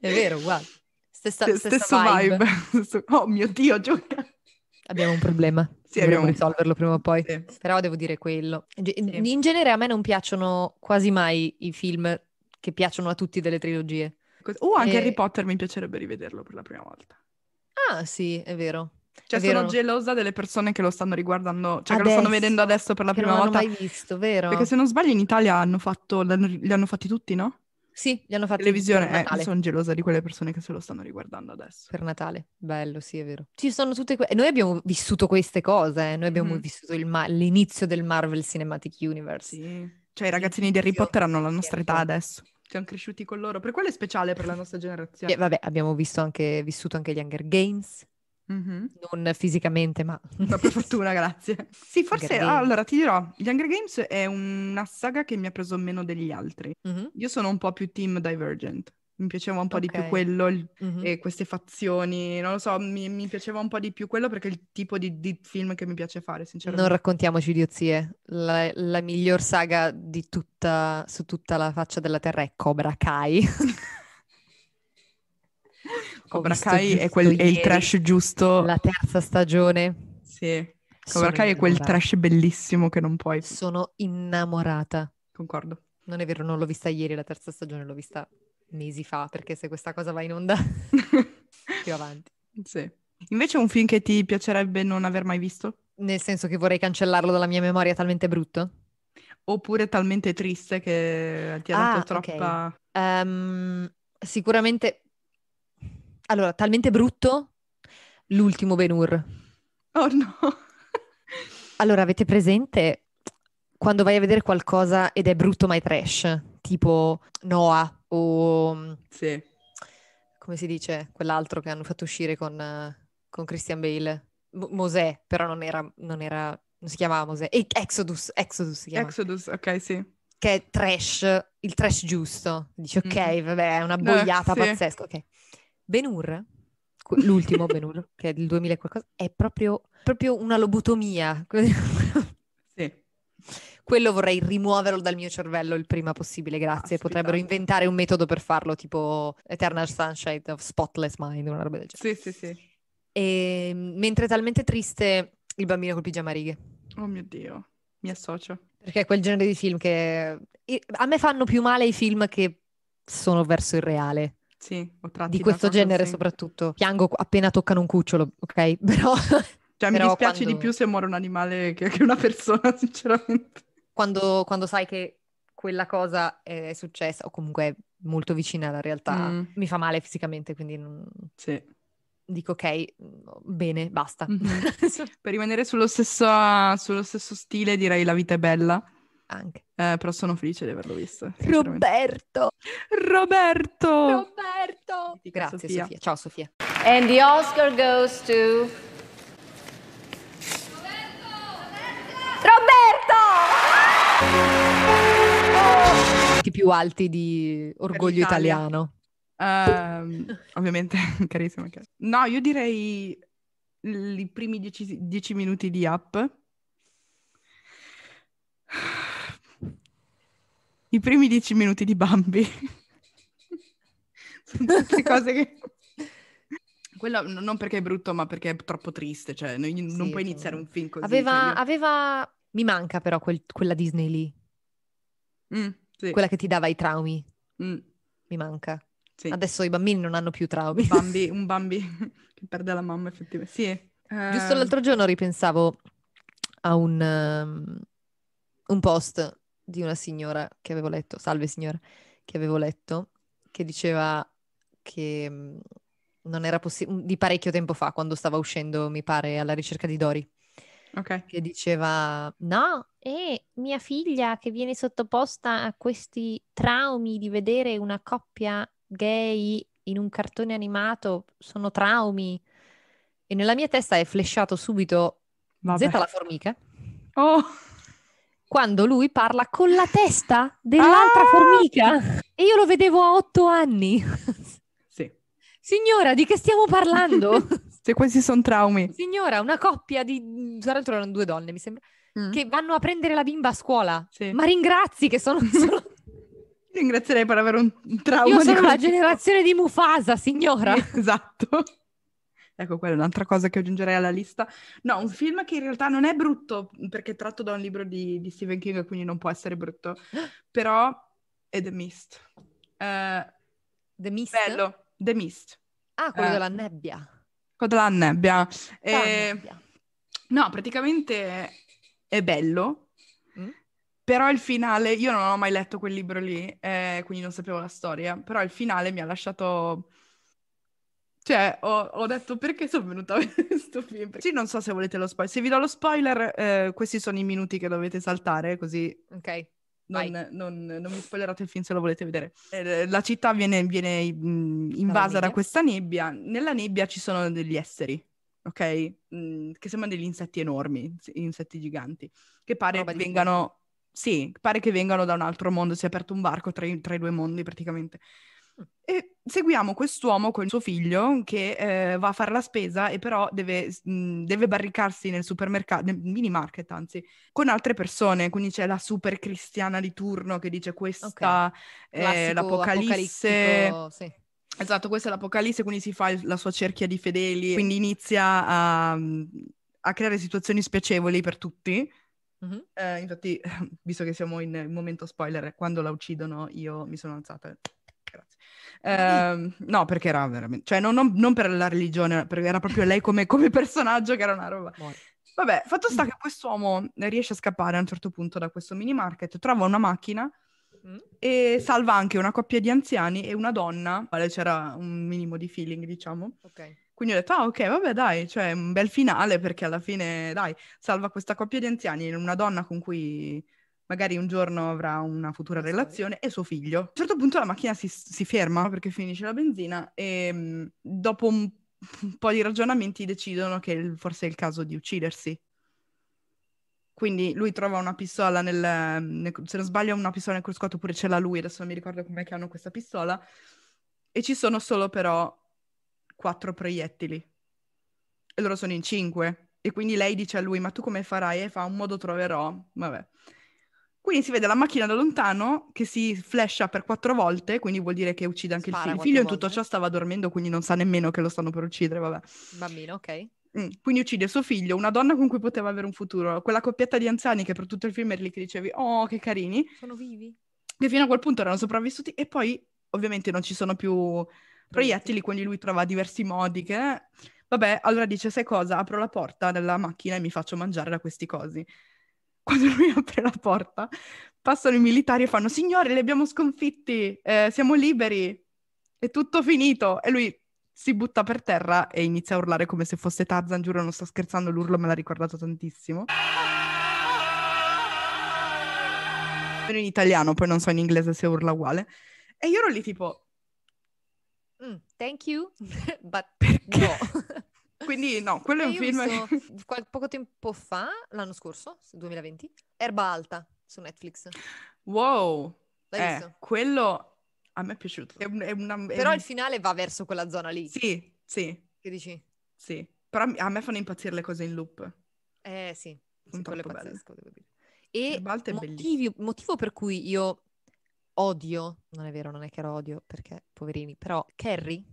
È vero, guarda. Stessa, Ste- stessa Stesso vibe. vibe. (laughs) Stesso- Oh mio Dio, gioca. Abbiamo un problema. (laughs) Sì, Dovremmo abbiamo- risolverlo prima o poi. Sì. Però devo dire quello. Ge- Sì. In genere a me non piacciono quasi mai i film che piacciono a tutti delle trilogie. Cos- Oh, anche E- Harry Potter mi piacerebbe rivederlo per la prima volta. Ah, sì, è vero. Cioè, È vero. sono gelosa delle persone che lo stanno riguardando, cioè che lo stanno Adesso, vedendo adesso per la che prima non l'hanno volta. mai visto, vero? Perché se non sbaglio in Italia hanno fatto, l'hanno- li hanno fatti tutti, no? Sì, li hanno fatti per Televisione, eh, Natale. sono gelosa di quelle persone che se lo stanno riguardando adesso. Per Natale, bello, sì, è vero. Ci sono tutte que- Noi abbiamo vissuto queste cose, eh. Noi abbiamo Mhm. vissuto il ma- l'inizio del Marvel Cinematic Universe. Sì. Cioè, i ragazzini di Harry Io- Potter hanno la nostra età Certo. adesso. Siamo cresciuti con loro. Per quello è speciale per la nostra generazione. E vabbè, abbiamo visto anche, vissuto anche gli Hunger Games, Mhm. non fisicamente, ma... (laughs) Ma per fortuna, grazie. Sì, forse Hunger ah, Games. allora ti dirò: gli Hunger Games è una saga che mi ha preso meno degli altri. Mhm, Io sono un po' più team Divergent. Mi piaceva un po' di più Ok. quello il- mhm. e queste fazioni. Non lo so, mi, mi piaceva un po' di più quello perché è il tipo di, di film che mi piace fare, Non sinceramente. raccontiamoci idiozie. La, la miglior saga di tutta, su tutta la faccia della Terra è Cobra (laughs) Kai. Ho Cobra visto Kai è, giusto quel- è il ieri trash giusto. La terza stagione. Sì. Cobra Sono Kai è quel innamorata. trash bellissimo che non puoi. Sono innamorata. Concordo. Non è vero, non l'ho vista ieri la terza stagione, l'ho vista mesi fa, perché se questa cosa va in onda (laughs) (laughs) più avanti. Sì. Invece un film che ti piacerebbe non aver mai visto? Nel senso che vorrei cancellarlo dalla mia memoria, è talmente brutto. Oppure talmente triste che ti ha Ah, dato ok. troppa... Ehm, sicuramente... Allora, talmente brutto, l'ultimo Ben Hur. Oh no! (laughs) Allora, avete presente quando vai a vedere qualcosa ed è brutto ma è trash, tipo Noah o mm, sì. come si dice, quell'altro che hanno fatto uscire con, eh, con Christian Bale, Mo- Mosè, però non era, non era, non si chiamava Mosè, e Exodus, Exodus si chiama, Exodus, ok, sì. che è trash, il trash giusto. Dici, ok, Mhm. vabbè, è una Eh, boiata sì. pazzesca, ok. Ben Hur, que- l'ultimo Ben Hur, che è del 2000 e qualcosa, è proprio, proprio una lobotomia. (laughs) Sì. Quello vorrei rimuoverlo dal mio cervello il prima possibile, grazie. Caspita. Potrebbero inventare un metodo per farlo, tipo Eternal Sunshine of Spotless Mind, una roba del genere. Sì, sì, sì. E, Ehm, mentre è talmente triste il bambino col pigiamarighe, Oh mio Dio, mi associo. perché è quel genere di film che i- a me fanno più male i film che sono verso il reale, Sì, ho tratti di da questo proprio genere sì. soprattutto. Piango appena toccano un cucciolo, ok? (laughs) Però Cioè, mi però dispiace di quando- più se muore un animale che, che una persona, (laughs) sinceramente. quando, quando sai che quella cosa è successa o comunque è molto vicina alla realtà, Mm. mi fa male fisicamente, quindi non- Sì. dico ok, mm, bene, basta. Mhm. (laughs) Per rimanere sullo stesso, sullo stesso stile, direi La vita è bella, (laughs) Anche. eh, però sono felice di averlo visto. sinceramente. Roberto, Roberto! Roberto! Dica Grazie Sofia. Sofia. Ciao Sofia. And the Oscar goes to. Roberto! punti più alti di orgoglio l'Italia. italiano. (laughs) Ehm, ovviamente, (laughs) carissimo. anche- No, io direi l- i primi dieci, dieci minuti di app. I primi dieci minuti di Bambi. (laughs) Sono tutte cose che... (laughs) Quello n- non perché è brutto, ma perché è troppo triste. Cioè, non, non Sì, puoi cioè, iniziare un film così. Aveva, cioè, aveva... Mi manca però quel- quella Disney lì, io- Mm, sì, quella che ti dava i traumi, mm, mi manca. sì. Adesso i bambini non hanno più traumi. Bambi- un Bambi (laughs) che perde la mamma, effettivamente. Sì. Giusto ehm, l'altro giorno ripensavo a un, ehm, un post di una signora che avevo letto, salve signora, che avevo letto, che diceva che mm, non era possibile, di parecchio tempo fa, quando stava uscendo, mi pare, alla ricerca di Dory, Ok. che diceva, no, è mia figlia che viene sottoposta a questi traumi di vedere una coppia gay in un cartone animato, sono traumi. E nella mia testa è flashato subito Vabbè. Zeta la formica, Oh, quando lui parla con la testa dell'altra Ah! formica. E io lo vedevo a otto anni. sì. Signora, di che stiamo (laughs) parlando? Se questi sono traumi. Signora, una coppia di... Tra l'altro erano due donne, mi sembra, Mm. che vanno a prendere la bimba a scuola. Sì. Ma ringrazi che (laughs) sono... sono- Ringrazierei per avere un un trauma. Io di sono la quel tipo. generazione di Mufasa, signora. Sì, (laughs) Esatto. Ecco, quella è un'altra cosa che aggiungerei alla lista. No, un film che in realtà non è brutto, perché è tratto da un libro di, di Stephen King, quindi non può (gasps) essere brutto. Però è The Mist. Eh, The Mist? bello, The Mist. Ah, quello Eh. della nebbia. Con la nebbia. La Eh, nebbia. no, praticamente è bello. Mm? Però il finale, io non ho mai letto quel libro lì, eh, quindi non sapevo la storia, però il finale mi ha lasciato... Cioè, ho, ho detto perché sono venuta a vedere (laughs) questo film? Sì, non so se volete lo spoiler. Se vi do lo spoiler, eh, questi sono i minuti che dovete saltare, così eh, Ok. Vai. non, non- non vi spoilerate il film se lo volete vedere. Eh, La città viene, viene, mh, invasa da nebbia. questa nebbia. Nella nebbia ci sono degli esseri, ok? Mm, che sembrano degli insetti enormi, ins- insetti giganti, che pare Roba di vengano... Sì, pare che vengano da un altro mondo, si è aperto un varco tra i, tra i due mondi praticamente. E seguiamo quest'uomo con suo figlio che eh, va a fare la spesa e però deve, mh, deve barricarsi nel supermercato, nel mini market anzi, con altre persone, quindi c'è la super cristiana di turno che dice questa è Classico l'apocalisse. apocalittico, sì. Esatto, questa è l'apocalisse, quindi si fa il- la sua cerchia di fedeli, quindi inizia a, a creare situazioni spiacevoli per tutti. Mhm. Eh, infatti, (laughs) visto che siamo in, in momento spoiler, quando la uccidono io mi sono alzata. Grazie. Ehm, no, perché era veramente... Cioè, non, non- non per la religione, perché era proprio lei come- (laughs) come personaggio che era una roba... Muore. Vabbè, fatto sta che quest'uomo riesce a scappare a un certo punto da questo mini market, trova una macchina Mm. e salva anche una coppia di anziani e una donna, quale c'era un minimo di feeling, diciamo. Ok. Quindi ho detto, ah ok, vabbè dai, cioè un bel finale perché alla fine, dai, salva questa coppia di anziani, una donna con cui magari un giorno avrà una futura Una relazione e suo figlio. A un certo punto la macchina si, si ferma perché finisce la benzina e mm, dopo un, un po' di ragionamenti decidono che il- forse è il caso di uccidersi. Quindi lui trova una pistola nel, nel- se non sbaglio, una pistola nel cruscotto, oppure ce l'ha lui, adesso non mi ricordo com'è che hanno questa pistola. E ci sono solo però quattro proiettili. E loro sono in cinque. E quindi lei dice a lui, ma tu come farai? E fa, un modo troverò. Vabbè. Quindi si vede la macchina da lontano che si flasha per quattro volte, quindi vuol dire che uccide anche Spara il figlio. Il quattro figlio in tutto volte. ciò stava dormendo, quindi non sa nemmeno che lo stanno per uccidere, vabbè. Bambino, ok. Mm, Quindi uccide suo figlio, una donna con cui poteva avere un futuro, quella coppietta di anziani che per tutto il film eri lì che dicevi oh che carini, Sono vivi? che fino a quel punto erano sopravvissuti e poi ovviamente non ci sono più proiettili, quindi lui trova diversi modi che... Vabbè, allora dice sai cosa, apro la porta della macchina e mi faccio mangiare da questi cosi. (laughs) Quando lui apre la porta, passano i militari e fanno signore li abbiamo sconfitti, eh, siamo liberi, è tutto finito e lui... Si butta per terra e inizia a urlare come se fosse Tarzan, giuro non sto scherzando, l'urlo me l'ha ricordato tantissimo. Almeno in italiano, poi non so in inglese se urla uguale. E io ero lì tipo, Mm, thank you, (laughs) but Perché? no. (laughs) Quindi no, quello è Eh, un io ho film che- visto qual- poco tempo fa, l'anno scorso, 2020, Erba Alta su Netflix. Wow! L'hai Eh, visto? quello a me è piaciuto. È un- è una- è Però un- il finale va verso quella zona lì, Sì, sì, che dici? sì. Però a me fanno impazzire le cose in loop. Eh sì, sì, Sono quello è troppo belle. pazzesco, devo dire. E Erba Alta è motivi- bellissimo. motivo per cui io odio, non è vero, non è che lo odio, perché poverini, però Carrie,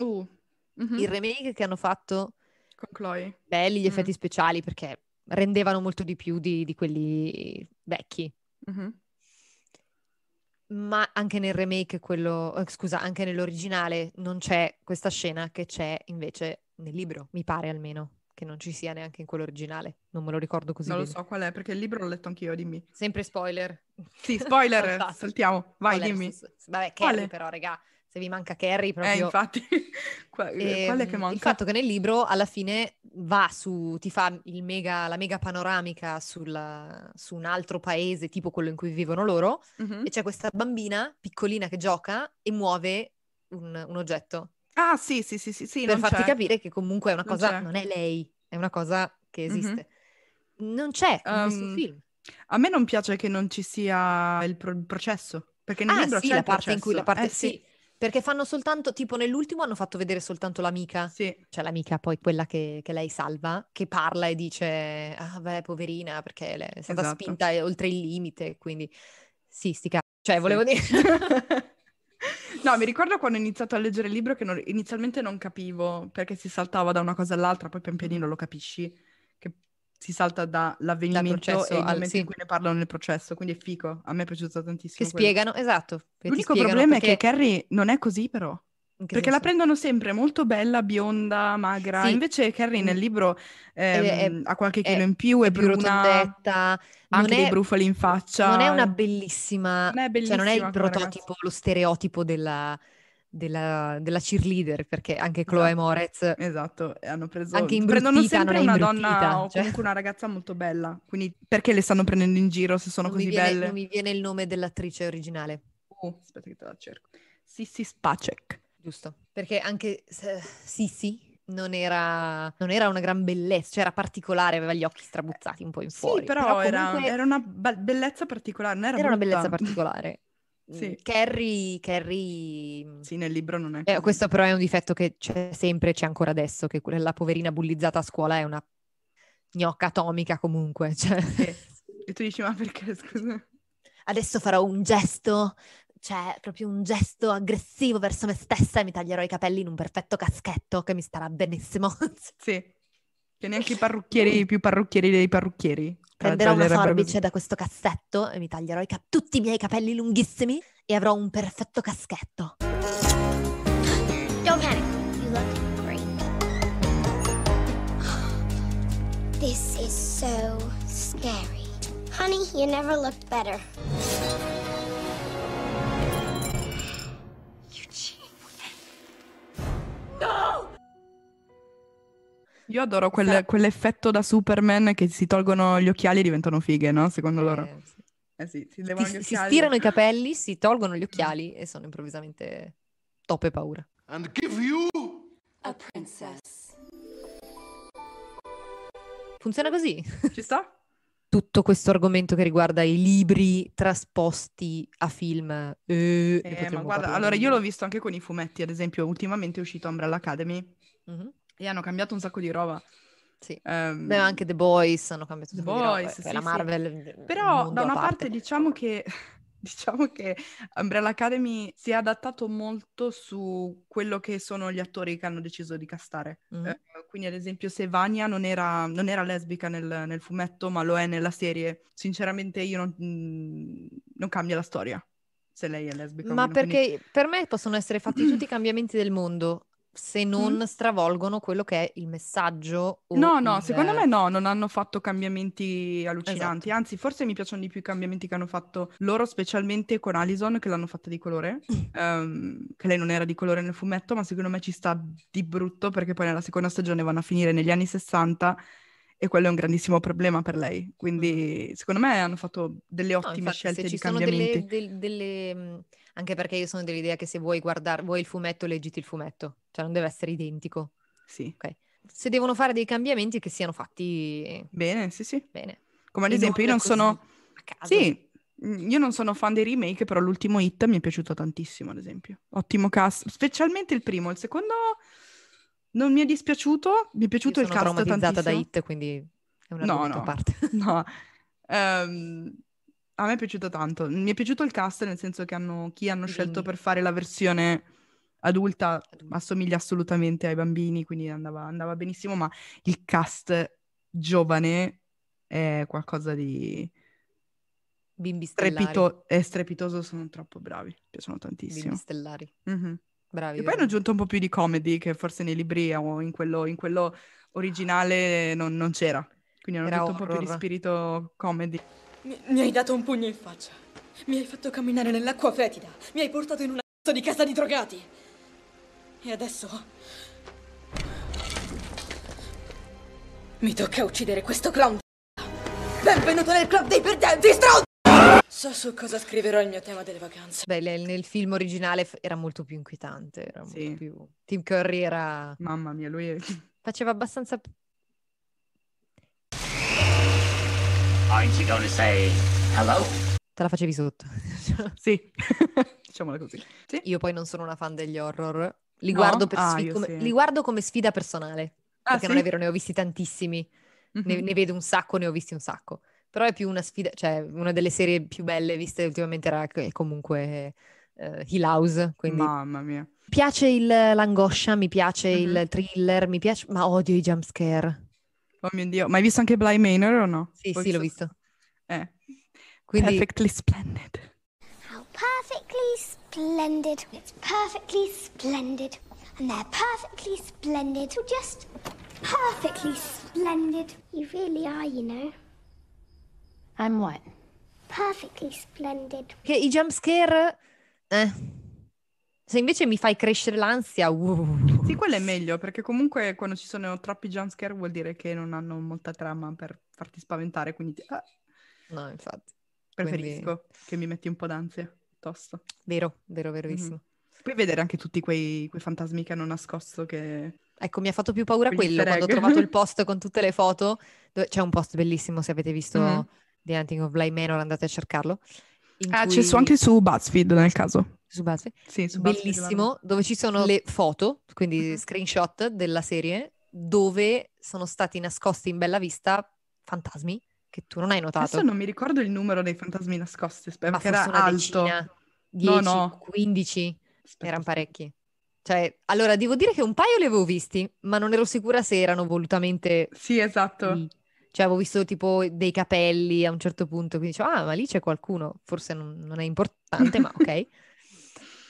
Uh, mhm, il remake che hanno fatto, Con Chloe. belli gli effetti Mm. speciali, perché rendevano molto di più di, di quelli vecchi. Mhm. Ma anche nel remake, quello, eh, scusa, anche nell'originale non c'è questa scena che c'è invece nel libro, mi pare almeno, che non ci sia neanche in quello originale, non me lo ricordo così Non lo bene. so qual è, perché il libro l'ho letto anch'io, dimmi. Sempre spoiler. Sì, spoiler, Saltato. (laughs) saltiamo. Vai, Spoiler, dimmi. s- s- Vabbè, Quale? Carrie però, regà, se se vi manca Carrie Eh, proprio... infatti, (laughs) qua- eh, qual è che Ehm, manca? Il fatto che nel libro alla fine va su, ti fa il mega- la mega panoramica sulla- su un altro paese, tipo quello in cui vivono loro, Mhm. e c'è questa bambina piccolina che gioca e muove un, un oggetto Ah, sì, sì, sì, sì, sì, per non farti c'è. capire che comunque è una Non cosa, c'è. Mm-hmm. non è lei, è una cosa che esiste. Non c'è in questo Um, film. A me non piace che non ci sia il, pro- il processo, perché nel Ah, libro sì, c'è la il parte in cui la processo. parte Eh, sì, perché fanno soltanto, tipo nell'ultimo hanno fatto vedere soltanto l'amica. sì, sì. Cioè l'amica poi quella che, che lei salva, che parla e dice, ah beh, poverina, perché le- è stata Esatto. spinta e- oltre il limite, quindi sì, sti ca- Cioè, volevo (laughs) dire... (laughs) No, mi ricordo quando ho iniziato a leggere il libro che non- inizialmente non capivo perché si saltava da una cosa all'altra, poi pian pianino lo capisci, che si salta dall'avvenimento processo e il al- momento sì. in cui ne parlano nel processo, quindi è fico, a me è piaciuto che tantissimo. quello. spiegano, esatto. che ti L'unico spiegano problema è che perché- Carrie non è così però, in che perché la senso? prendono sempre molto bella, bionda, magra, Sì. Mm. invece Carrie nel libro ehm, È- è- ha qualche è- chilo in più, è, è più bruna, rotondetta, ha non anche dei è- brufoli in faccia. non è una bellissima, Non è cioè non è il bellissima come ragazza. prototipo, lo stereotipo della, della, della cheerleader, perché anche Chloe Esatto. Moretz Esatto, e hanno preso, Anche prendono imbruttita, sempre non è una imbruttita, donna o cioè. comunque una ragazza molto bella, quindi perché le stanno prendendo in giro se sono non mi, così viene, belle? non mi viene il nome dell'attrice originale, Oh, aspetta che te la cerco. Sissi Spacek. giusto? Perché anche se- Sissi non era, non era una gran bellezza, cioè era particolare, aveva gli occhi strabuzzati un po' in fuori. Sì, però, era, comunque era una ba- bellezza particolare, non era, era una brutta. bellezza particolare. (laughs) Sì. Mm, Carrie, Carrie... Sì, nel libro non è Eh, così. questo però è un difetto che c'è sempre, c'è ancora adesso, che quella poverina bullizzata a scuola è una gnocca atomica comunque. (laughs) cioè. E tu dici, ma perché, scusa? Adesso farò un gesto, cioè proprio un gesto aggressivo verso me stessa e mi taglierò i capelli in un perfetto caschetto che mi starà benissimo. (laughs) Sì. Che neanche i parrucchieri, i più parrucchieri dei parrucchieri. te la Prenderò una taglierebbero forbice così. da questo cassetto e mi taglierò i cap- tutti i miei capelli lunghissimi e avrò un perfetto caschetto. Don't panic. You look great. (gasps) This is so scary. Honey, you never looked better. (gasps) Io adoro quel- quell'effetto da Superman che si tolgono gli occhiali e diventano fighe, no? Secondo loro. Eh, sì. Eh sì, Ti- si levano gli si occhiali. stirano (laughs) i capelli, si tolgono gli occhiali e sono improvvisamente toppe paura. And give you A princess. Funziona così. Ci sta? tutto questo argomento che riguarda i libri trasposti a film. eh, ne Eh, potremmo ma guarda, parlare allora di- io l'ho visto anche con i fumetti, ad esempio, ultimamente è uscito Umbrella Academy Mhm. e hanno cambiato un sacco di roba. Sì. Ehm, Beh, anche The Boys hanno cambiato The un sacco di roba, Boys, poi sì, la sì. Marvel. è un Però mondo da a una parte, parte diciamo che (laughs) diciamo che Umbrella Academy si è adattato molto su quello che sono gli attori che hanno deciso di castare. Mhm. Eh, quindi ad esempio se Vania non era, non era lesbica nel, nel fumetto, ma lo è nella serie, sinceramente io non, mm, non cambia la storia se lei è lesbica o Ma meno, quindi- perché per me possono essere fatti Mm. tutti i cambiamenti del mondo se non stravolgono quello che è il messaggio. o No, no, il- secondo me no, non hanno fatto cambiamenti allucinanti, Esatto. anzi forse mi piacciono di più i cambiamenti che hanno fatto loro, specialmente con Alison che l'hanno fatta (laughs) di colore, ehm, che lei non era di colore nel fumetto, ma secondo me ci sta di brutto perché poi nella seconda stagione vanno a finire negli anni 60 e quello è un grandissimo problema per lei, quindi secondo me hanno fatto delle Mm-hmm. No, ottime infatti, scelte se di ci sono delle, cambiamenti. del- delle, mh, Anche perché io sono dell'idea che se vuoi guardare, vuoi il fumetto, leggiti il fumetto. Cioè non deve essere identico. Sì, Se devono fare dei cambiamenti che siano fatti bene, sì, sì. bene. Come ad In esempio io ordine non sono... così, a caso. Sì, mm, io non sono fan dei remake, però l'ultimo hit mi è piaciuto tantissimo, ad esempio. Ottimo cast, specialmente il primo, il secondo non mi è dispiaciuto, mi è Io piaciuto sono il cast traumatizzata da tantissimo. Hit, quindi è un No, argomento no. a parte. (laughs) No, Ehm, a me è piaciuto tanto, mi è piaciuto il cast nel senso che hanno, chi hanno I scelto bimbi. per fare la versione adulta Adulti. assomiglia assolutamente ai bambini, quindi andava, andava benissimo, ma il cast giovane è qualcosa di... Bimbi stellari. Strepito- è strepitoso, sono troppo bravi, mi piacciono Bimbi tantissimo. stellari. Mhm. Bravi. E poi hanno veramente. aggiunto un po' più di comedy che forse nei libri o in quello, in quello originale non, non c'era. Quindi hanno Era aggiunto un po' più di horror. spirito comedy. Mi, mi hai dato un pugno in faccia. Mi hai fatto camminare nell'acqua fetida. Mi hai portato in una Sto di casa di drogati. E adesso... Mi tocca uccidere questo clown. Benvenuto nel club dei perdenti, stronzo! So su cosa scriverò il mio tema delle vacanze. Beh, nel, nel film originale f- era molto più inquietante, era Sì. molto più... Tim Curry era... Mamma mia, lui è... faceva abbastanza... Aren't you going to say hello? te la facevi sotto. (laughs) Sì, (laughs) diciamola così. Sì. Io poi non sono una fan degli horror, li, No? guardo, per Ah, sfi- io come, sì. li guardo come sfida personale, Ah, perché sì? non è vero, ne ho visti tantissimi. ne, Mhm. ne vedo un sacco, ne ho visti un sacco. Però è più una sfida, cioè una delle serie più belle viste ultimamente era c- comunque eh, Hill House, quindi Mamma mia. mi piace il- l'angoscia, mi piace Mhm. il thriller, mi piace, ma odio i jumpscare. Oh mio Dio. Ma hai visto anche Bly Manor o no? Sì, Ho sì, l'ho visto. Eh. Quindi Perfectly Splendid. How perfectly splendid. It's perfectly splendid. And they're perfectly splendid. You're just perfectly splendid. You really are, you know. I'm what? Perfectly splendid. che i jumpscare, eh. se invece mi fai crescere l'ansia, uh. Sì, quello è meglio, perché comunque quando ci sono troppi jumpscare vuol dire che non hanno molta trama per farti spaventare, quindi ti- ah, no, infatti, preferisco che mi metti un po' d'ansia, piuttosto. vero, vero, Mm-hmm. verissimo. Puoi vedere anche tutti quei, quei fantasmi che hanno nascosto che... Ecco, mi ha fatto più paura Quegli quello easter quando ho egg. trovato (laughs) il post con tutte le foto. dove- C'è un post bellissimo, se avete visto Mhm. The Hunting of Bly Manor, andate a cercarlo. in Ah, c'è cui- su anche su BuzzFeed nel caso. su Buzzfeed. Sì, su BuzzFeed l'hanno- Bellissimo, dove ci sono le foto, quindi Mhm. screenshot della serie, dove sono stati nascosti in bella vista fantasmi che tu non hai notato. Adesso non mi ricordo il numero dei fantasmi nascosti, spero Ma che forse era una alto. decina, No, 10, no. 15. Aspetta, Erano aspetta. parecchi. Cioè, allora, devo dire che un paio li avevo visti, ma non ero sicura se erano volutamente Sì, esatto. lì. Cioè, avevo visto tipo dei capelli a un certo punto, quindi dicevo, ah, ma lì c'è qualcuno, forse non, non è importante, (laughs) ma ok.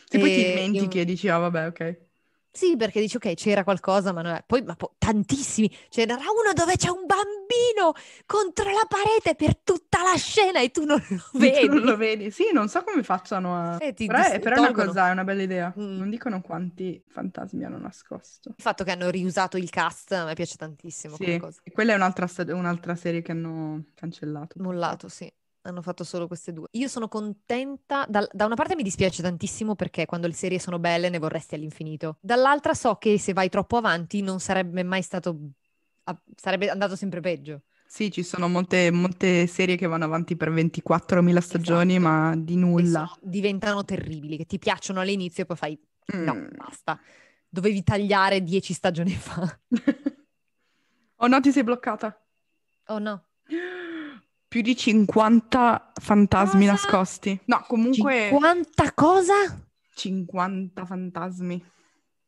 Sì, poi ti E dimentichi Eh, io- e dici, ah vabbè, (laughs) ok. Sì, perché dici, ok, c'era qualcosa, ma non è... Poi, ma po- tantissimi, c'era uno dove c'è un bambino contro la parete per tutta la scena e tu non lo Dici, vedi. (laughs) Non lo vedi? Sì, non so come facciano a... Eh, ti Però, è, dis- però è una tolgono. cosa, è una bella idea. Mm. Non dicono quanti fantasmi hanno nascosto. Il fatto che hanno riusato il cast a me piace tantissimo Sì, come cosa. e quella è un'altra, sta- un'altra serie che hanno cancellato. Mollato, sì. Hanno fatto solo queste due. Io sono contenta. dal- da una parte mi dispiace tantissimo perché quando le serie sono belle ne vorresti all'infinito. Dall'altra so che se vai troppo avanti non sarebbe mai stato. a- sarebbe andato sempre peggio. Sì, ci sono molte, molte serie che vanno avanti per 24.000 stagioni, Esatto. ma E di so- nulla. diventano terribili, che ti piacciono all'inizio e poi fai no, Mm. basta. Dovevi tagliare dieci stagioni fa. (laughs) Oh no, ti sei bloccata. Oh no. Più di 50 fantasmi Cosa? nascosti. No, Eh. comunque... 50 cosa? 50 fantasmi.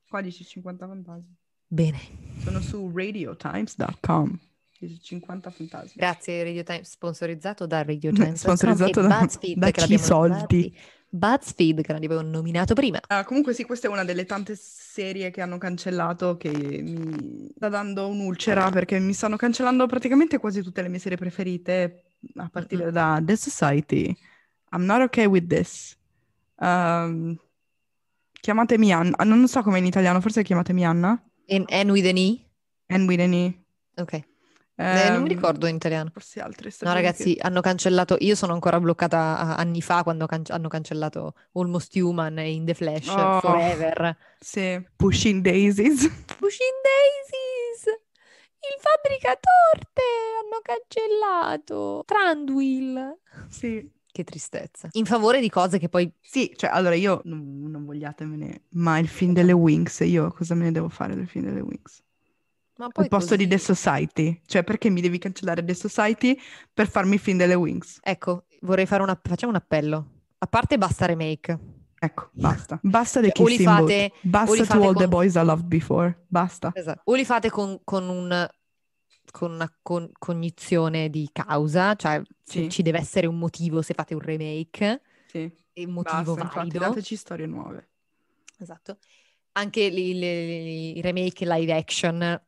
Qua dice 50 fantasmi. Bene. Sono su radiotimes.com. Dice 50 fantasmi. Grazie Radio Times, sponsorizzato da Radio Times. Sponsorizzato da- BuzzFeed, da che chi l'abbiamo soldi? nominati. BuzzFeed, che non avevo nominato prima. Ah, comunque sì, questa è una delle tante serie che hanno cancellato che mi sta dando un'ulcera perché mi stanno cancellando praticamente quasi tutte le mie serie preferite a partire Mm-mm. da The Society. I'm not okay with this. Ehm, chiamatemi Anna. ah, Non so come in italiano, forse chiamatemi Anna. And, and with an E? Anne Whitney. Ok. Eh, non mi ricordo in italiano. Ehm, Forse altre No, stagioni che- ragazzi, hanno cancellato. Io sono ancora bloccata a- anni fa quando can- hanno cancellato Almost Human e In the Flash Oh. Forever. Sì. Pushing Daisies. (laughs) Pushing Daisies! Il fabbrica torte hanno cancellato. Tranduil. sì. Che tristezza. In favore di cose che poi Sì, cioè, allora io non, non vogliatemene, ma il film delle Esatto. Wings, io cosa me ne devo fare del film delle Wings? Ma Al poi posto di The così. Society, cioè perché mi devi cancellare The Society per farmi il film delle Wings? Ecco, vorrei fare una... facciamo un appello. A parte basta remake. (laughs) Ecco, basta. Basta The Cioè, o li Kissing Booth. fate- Basta o li To fate All the con- Boys I Loved Before. Basta. Esatto. O li fate con, con un, con una con- cognizione di causa, cioè ci- Sì. ci deve essere un motivo se fate un remake, Sì, e un motivo basta, infatti, valido. dateci storie nuove. Esatto. Anche li- le- le- i remake live action,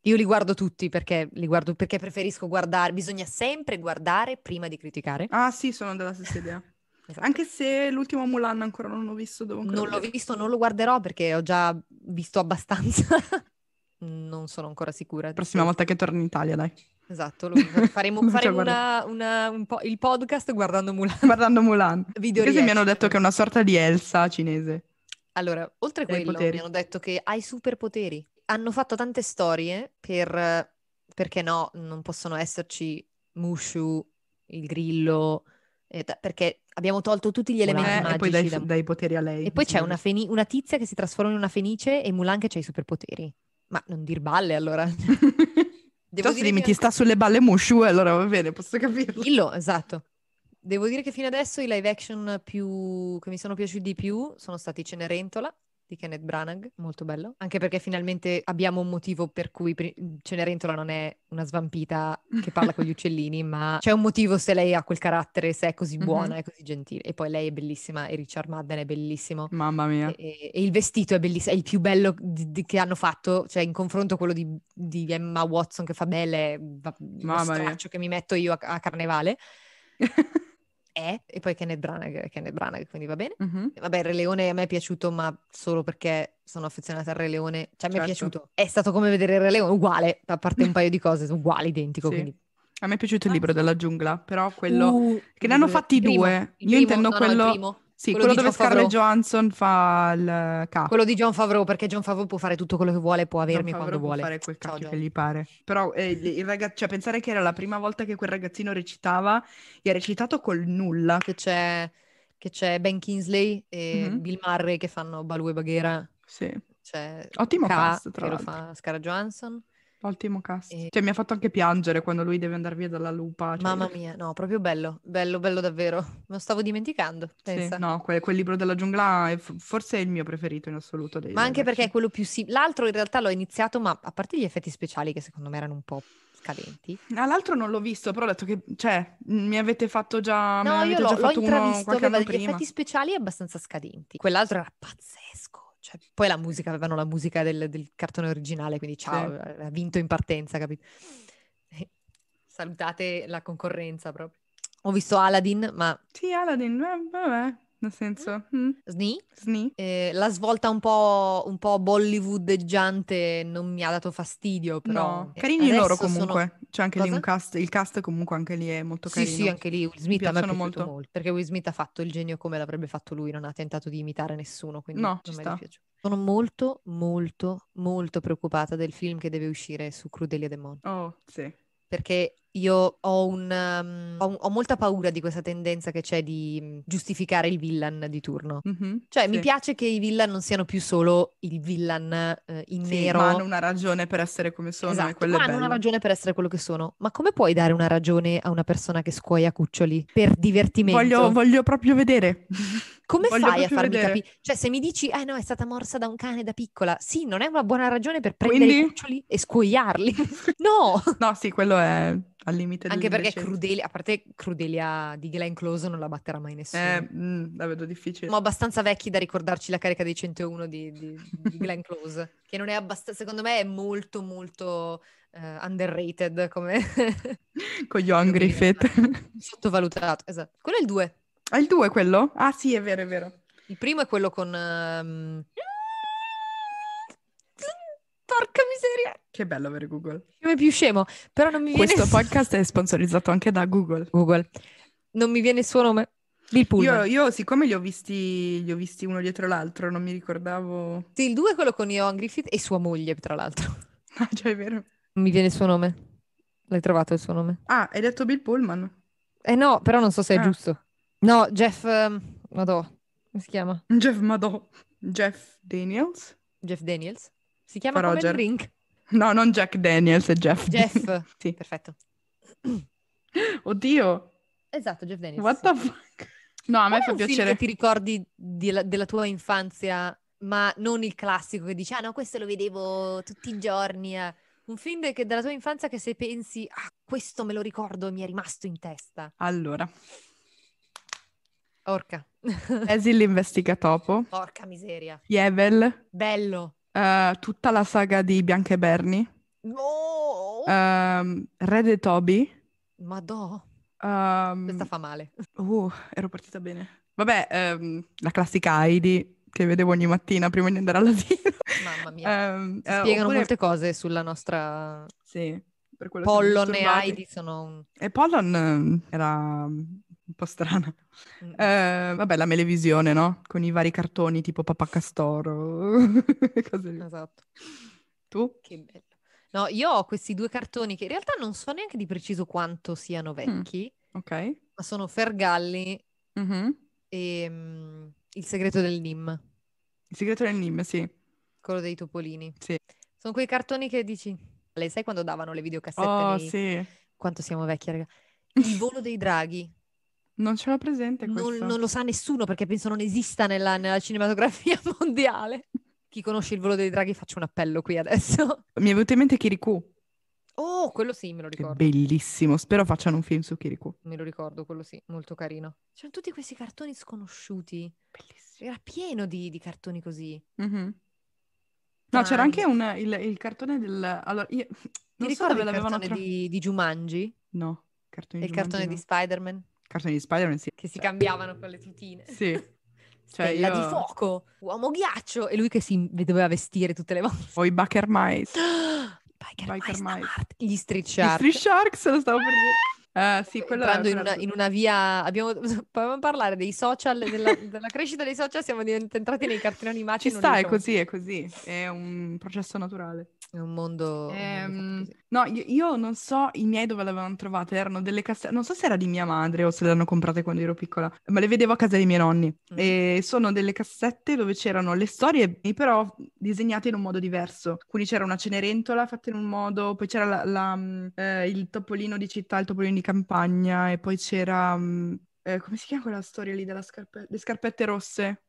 io li guardo tutti perché, li guardo, perché preferisco guardare, bisogna sempre guardare prima di criticare. (laughs) Ah sì, sono della stessa idea. Esatto. Ah, Anche se l'ultimo Mulan ancora non l'ho visto, devo ancora Non l'ho vedere. visto, non lo guarderò perché ho già visto abbastanza. (laughs) Non sono ancora sicura. La prossima volta che torno in Italia, dai. (laughs) Esatto, lo- faremo, Lo faremo guardo. una- una- un po' il podcast guardando Mulan. Guardando Mulan. Video Perché se mi reaction. hanno detto che è una sorta di Elsa cinese. Allora, oltre a Dei quello, poteri. mi hanno detto che hai superpoteri. Hanno fatto tante storie per... Perché no, non possono esserci Mushu, il grillo, eh, ta- perché abbiamo tolto tutti gli elementi Eh, e poi magici dai, da- dai poteri a lei. E poi c'è insomma. una, feni- una tizia che si trasforma in una fenice e Mulan che c'ha i superpoteri. Ma non dir balle allora. (laughs) Devo Già se dire mi che ti sta sulle balle Mushu, allora va bene, posso (laughs) capirlo. Dillo, esatto. Devo dire che fino adesso i live action più... che mi sono piaciuti di più sono stati Cenerentola di Kenneth Branagh, molto bello, anche perché finalmente abbiamo un motivo per cui pri- Cenerentola non è una svampita che parla con gli uccellini, ma c'è un motivo se lei ha quel carattere, se è così buona Mhm. e così gentile. E poi lei è bellissima e Richard Madden è bellissimo. Mamma mia. E, e il vestito è bellissimo, è il più bello di- di- che hanno fatto, cioè in confronto a quello di, di Emma Watson che fa belle, è va- uno Mamma mia. straccio che mi metto io a, a carnevale. (laughs) Eh, e poi Kenneth Branagh, Kenneth Branagh, quindi va bene. Mhm. Vabbè, il Re Leone a me è piaciuto, ma solo perché sono affezionata al Re Leone. Cioè, mi è Certo. piaciuto. È stato come vedere il Re Leone, uguale, a parte un (laughs) paio di cose, uguale, identico. Sì. Quindi. A me è piaciuto il libro della giungla, però quello... Uh, che ne hanno il- fatti il primo, due. il Io primo, intendo no, no, il quello- primo. Sì, quello quello, di dove John Favreau. Scarlett Johansson fa il capo. Quello di John Favreau, perché John Favreau può fare tutto quello che vuole, può John avermi Favreau quando può vuole. fare quel Ciao, cacchio John. che gli pare. Però eh, il il ragazzo, cioè pensare che era la prima volta che quel ragazzino recitava e ha recitato col nulla. che c'è, che c'è Ben Kingsley e Mhm. Bill Murray che fanno Balù e Baghera. Sì, C'è Ottimo K, cast, tra che lo l'altro. fa Scarlett Johansson. ottimo cast. E- Cioè mi ha fatto anche piangere quando lui deve andare via dalla lupa. cioè- Eh. Mamma mia, no, proprio bello, bello, bello davvero. (laughs) Me lo stavo dimenticando, Sì, pensa. no, que- quel libro della giungla è f- forse è il mio preferito in assoluto. dei Ma anche live perché è action. quello più simile. L'altro in realtà l'ho iniziato, ma a parte gli effetti speciali che secondo me erano un po' scadenti. Ah, l'altro non l'ho visto, però ho detto che, cioè, mi avete fatto già... me No, ne io avete l'ho, già l'ho fatto uno intravisto, qualche aveva anno degli prima. effetti speciali abbastanza scadenti. Quell'altro era pazzesco. Cioè, poi la musica, avevano la musica del, del cartone originale, quindi ciao, ha vinto in partenza, capito? (laughs) Eh, Salutate la concorrenza proprio. Ho visto Aladdin, ma Sì, Aladdin, eh, vabbè, nel senso... mm, Sni, sni. eh, la svolta un po', un po' bollywoodeggiante non mi ha dato fastidio, però... No, eh, carini loro adesso sono- comunque. C'è anche lì Cosa? un cast, il cast comunque anche lì è molto Sì, carino. sì, anche lì Will Smith a me è piacciono piaciuto molto. molto. perché Will Smith ha fatto il genio come l'avrebbe fatto lui, non ha tentato di imitare nessuno, quindi No, ci non mi sta. è piaciuto. Sono molto, molto, molto preoccupata del film che deve uscire su Crudelia Demon, Oh, sì. perché io ho, un, um, ho, un- ho molta paura di questa tendenza che c'è di mm, giustificare il villain di turno. Mhm, Cioè, sì. mi piace che i villain non siano più solo il villain eh, in Sì, nero. ma hanno una ragione per essere come sono e Esatto, quello ma è hanno una bello. ragione per essere quello che sono. Ma come puoi dare una ragione a una persona che scuoia cuccioli per divertimento? Voglio, voglio (laughs) proprio vedere. come voglio fai a proprio farmi vedere. capire? Cioè, se mi dici, eh no, è stata morsa da un cane da piccola, sì, non è una buona ragione per prendere i Quindi? cuccioli e (laughs) scuoiarli. no! No, sì, quello è al limite Anche perché dell'indecente. Crudelia, a parte Crudelia di Glenn Close non la batterà mai nessuno. Eh, mm, la vedo difficile. Siamo abbastanza vecchi da ricordarci la carica dei 101 di, di, di Glenn Close, che non è abbastanza, secondo me è molto molto eh, underrated come (laughs) Con Johan come dire, Griffith. sottovalutato. Esatto. Quello è il 2. Ah, il 2 quello? Ah, sì, è vero, è vero. Il primo è quello con... ehm, Porca miseria! Che bello avere Google. Come più scemo, però non mi viene... Questo il- podcast è sponsorizzato anche da Google. Google. Non mi viene il suo nome. Bill Io, Pullman. io, siccome li ho, visti, li ho visti uno dietro l'altro, non mi ricordavo... (laughs) Sì, il 2 è quello con Johan Griffith e sua moglie, tra l'altro. Ah, già è vero. Non mi viene il suo nome. L'hai trovato il suo nome? Ah, hai detto Bill Pullman. Eh no, però non so se è Ah. giusto. No, Jeff... ehm, Madò, come si chiama? Jeff Madò. Jeff Daniels? Jeff Daniels? Si chiama Fa come il Roger. (laughs) drink? No, non Jack Daniels, (laughs) è Jeff. Jeff. Sì. Perfetto. Oddio, Esatto, Jeff Daniels. what sì. the fuck? No, a Qual me è fa un film piacere. che ti ricordi di- della tua infanzia, ma non il classico che dici, ah no, questo lo vedevo tutti i giorni. eh." Un film de- che- della tua infanzia che se pensi, ah, questo me lo ricordo e mi è rimasto in testa. Allora, (laughs) Orca. Basil l'investigatopo, Porca miseria. Yevel, Bello. eh, tutta la saga di Bianca e Bernie, No! Eh. ehm, Re de Toby, Madò. Um, Questa fa (laughs) male. Uh, ero partita bene. Vabbè, ehm, la classica Heidi che vedevo ogni mattina prima di andare all'asilo. (laughs) Mamma mia. Ehm, Si eh, spiegano oppure- molte cose sulla nostra... Sì, per quello siamo Pollon e disturbati. Heidi sono un... E Pollon ehm, era mm, un po' strana. Mm. Eh, vabbè, la melevisione, no? Con i vari cartoni tipo Papà Castoro, (laughs) cose lì. Esatto. Tu? Che bello. No, io ho questi due cartoni che in realtà non so neanche di preciso quanto Mm. siano vecchi, Ok. ma sono Fergalli Mhm. e mm, Il segreto del Nim, Il segreto del Nim, sì. quello dei topolini. Sì. Sono quei cartoni che dici, le sai quando davano le videocassette? Oh, nei- sì. Quanto siamo vecchi, (laughs) raga. Il volo dei draghi. Non ce l'ho presente Non, questo. non lo sa nessuno perché penso non esista nella, nella cinematografia (laughs) mondiale. Chi conosce il volo dei draghi faccio un appello qui (laughs) adesso. Mi è venuto in mente Kirikou. Oh, quello sì, me lo Che è ricordo. bellissimo. Spero facciano un film su Kirikou. Me lo ricordo, quello sì, molto carino. C'erano tutti questi cartoni sconosciuti. Bellissimo. Era pieno di, di cartoni così. Mm-hmm. No, Ah, c'era anche- anche un, il, il cartone del... Allora, Ti io... Non ricordi so dove il l'avevano... cartone tra- di, di Jumanji? No, cartoni E il cartone di Jumanji Spider-Man? no. Cartoni di (laughs) Spider-Man, sì. Che si Cioè, cambiavano con le tutine. Sì. Cioè, Stella di io- fuoco, uomo ghiaccio. E lui che si doveva vestire tutte le (gasps) volte. O i Bucker Mice. Biker, Biker Mice da Mice. Marte. Gli Street I Shark. Eh, Street Sharks, lo stavo per dire. Ah, sì, quello era- Entrando in quello una, era- in una via, abbiamo, (laughs) potevamo parlare dei social, (laughs) della, della crescita dei social, siamo divent- entrati nei cartoni animati. Ci non sta, è riusciamo- così, è così. È un processo naturale. È un mondo... un mondo Ehm, fatto così. no, io, io non so i miei dove l'avevano trovate, erano delle cassette, non so se era di mia madre o se le hanno comprate quando ero piccola, ma le vedevo a casa dei miei nonni. Mm. E sono delle cassette dove c'erano le storie, però disegnate in un modo diverso. Quindi c'era una Cenerentola fatta in un modo, poi c'era la- la, mm, eh, il topolino di città, il topolino di campagna, e poi c'era... mm, eh, come si chiama quella storia lì della scarpe- le scarpette rosse?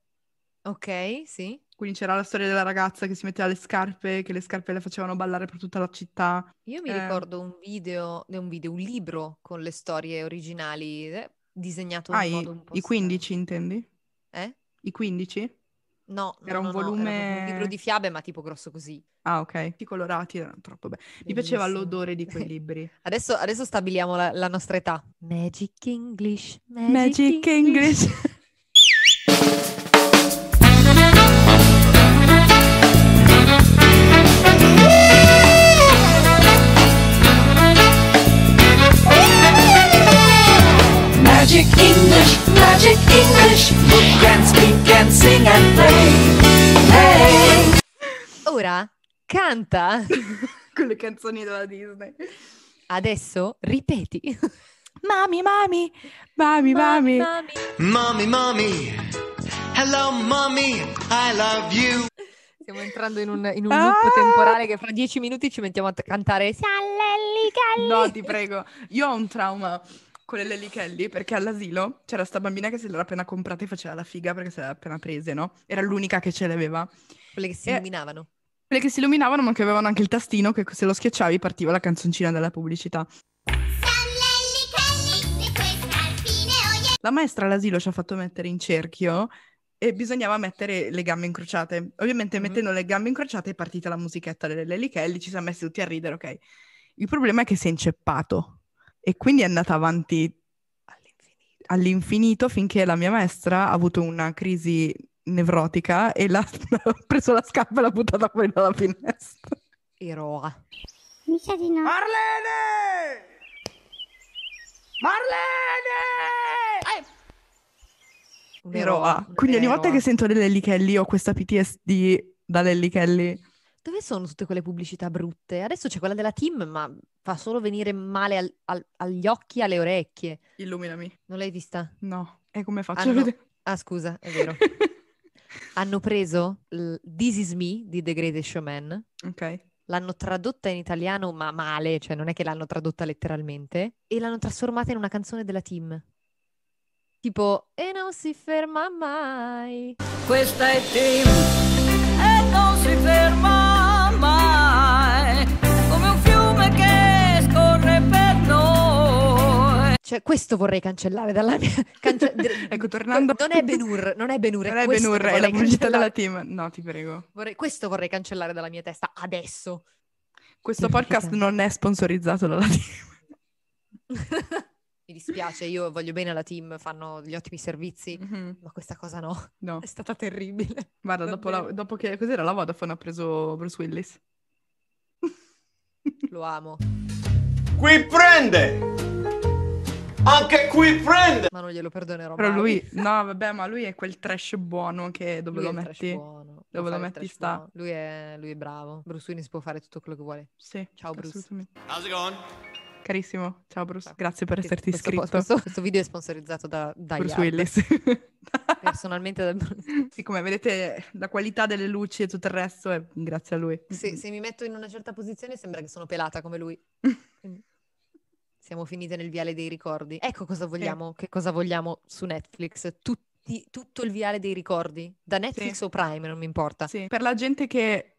Ok, sì. Quindi c'era la storia della ragazza che si metteva le scarpe, che le scarpe le facevano ballare per tutta la città. Io mi Eh. ricordo un video, eh, un video, un libro con le storie originali, eh, disegnato in Ah, i, modo un po' strano. i 15 intendi? Eh? I 15? No, no, Era un no, no, volume- proprio un libro di fiabe, ma tipo grosso così. Ah, ok. Tutti colorati erano troppo belli. Mi piaceva Bellissimo. l'odore di quei libri. Adesso, adesso stabiliamo la, la nostra età. Magic English, Magic English. Magic English, magic English, who can speak and sing and play. Hey! Ora canta, Con le canzoni della Disney. adesso ripeti. Mami, mami, mami, mami. Mami. Mommy, mommy. Hello, mommy. I love you. Stiamo entrando in un, in un Ah! loop temporale che fra dieci minuti ci mettiamo a t- cantare. Sallelli, galli. No, ti prego. Io ho un trauma con le Lely Kelly perché all'asilo c'era sta bambina che se l'era appena comprata e faceva la figa perché se l'era appena prese, no? Era l'unica che ce l'aveva. Quelle che si Eh. illuminavano. Quelle che si illuminavano ma che avevano anche il tastino che se lo schiacciavi partiva la canzoncina della pubblicità. La maestra all'asilo ci ha fatto mettere in cerchio e bisognava mettere le gambe incrociate. Ovviamente Mhm. mettendo le gambe incrociate è partita la musichetta delle Lely Kelly, ci siamo messi tutti a ridere, ok? Il problema è che si è inceppato e quindi è andata avanti All'infinito. all'infinito finché la mia maestra ha avuto una crisi nevrotica e l'ha (laughs) ha preso la scarpa e l'ha buttata fuori dalla finestra. Eroa. Mi sa di no. Marlene! Marlene! Un Eroa. una Quindi ogni vera volta eroa. che sento le Lely Kelly ho questa PTSD da Lely Kelly. Dove sono tutte quelle pubblicità brutte? Adesso c'è quella della Team, ma fa solo venire male al- al- agli occhi e alle orecchie. Illuminami. Non l'hai vista? No, e come faccio Cioè, Hanno- a vedere? Ah, scusa, è (laughs) vero. Hanno preso il This Is Me di The Greatest Showman, ok. l'hanno tradotta in italiano, ma male, cioè non è che l'hanno tradotta letteralmente, e l'hanno trasformata in una canzone della Team. Tipo, e non si ferma mai. Questa è team e non si ferma mai. Come un fiume che scorre per noi. Cioè, questo vorrei cancellare dalla mia... (laughs) (laughs) cance- Ecco, tornando- Non è Ben-Hur, non è Ben-Hur, è Non è questo Ben-Hur, che è la vorrei pubblicità cancellare. della team. No, ti prego. Vorrei- questo vorrei cancellare dalla mia testa adesso. (laughs) Questo Perché podcast cazzo? non è sponsorizzato dalla team. mi dispiace, io voglio bene alla team, fanno gli ottimi servizi, mm-hmm. Eh ma questa cosa no. No. È stata terribile. Guarda, dopo, la, dopo che cos'era la Vodafone ha preso Bruce (laughs) Willis. Lo amo. Qui prende! Anche qui prende! Ma non glielo perdonerò Però mai. lui, no, vabbè, ma lui è quel trash buono che dove Lui lo è il trash metti? buono, può Dove fare lo il metti trash sta? buono. Lui è, lui è bravo. Bruce Willis può fare tutto quello che vuole. Sì, Ciao, Bruce. assolutamente. How's it going? Carissimo, ciao Bruce, grazie per esserti questo, iscritto. Questo, questo video è sponsorizzato da, da Bruce Yard. Willis. (laughs) Personalmente da Bruce Sì, come vedete, la qualità delle luci e tutto il resto è grazie a lui. se, se mi metto in una certa posizione sembra che sono pelata come lui. Quindi Siamo finite nel viale dei ricordi. Ecco cosa vogliamo, che cosa vogliamo su Netflix. Tutti- tutto il viale dei ricordi. Da Netflix o Prime, non mi importa. Sì, Per la gente che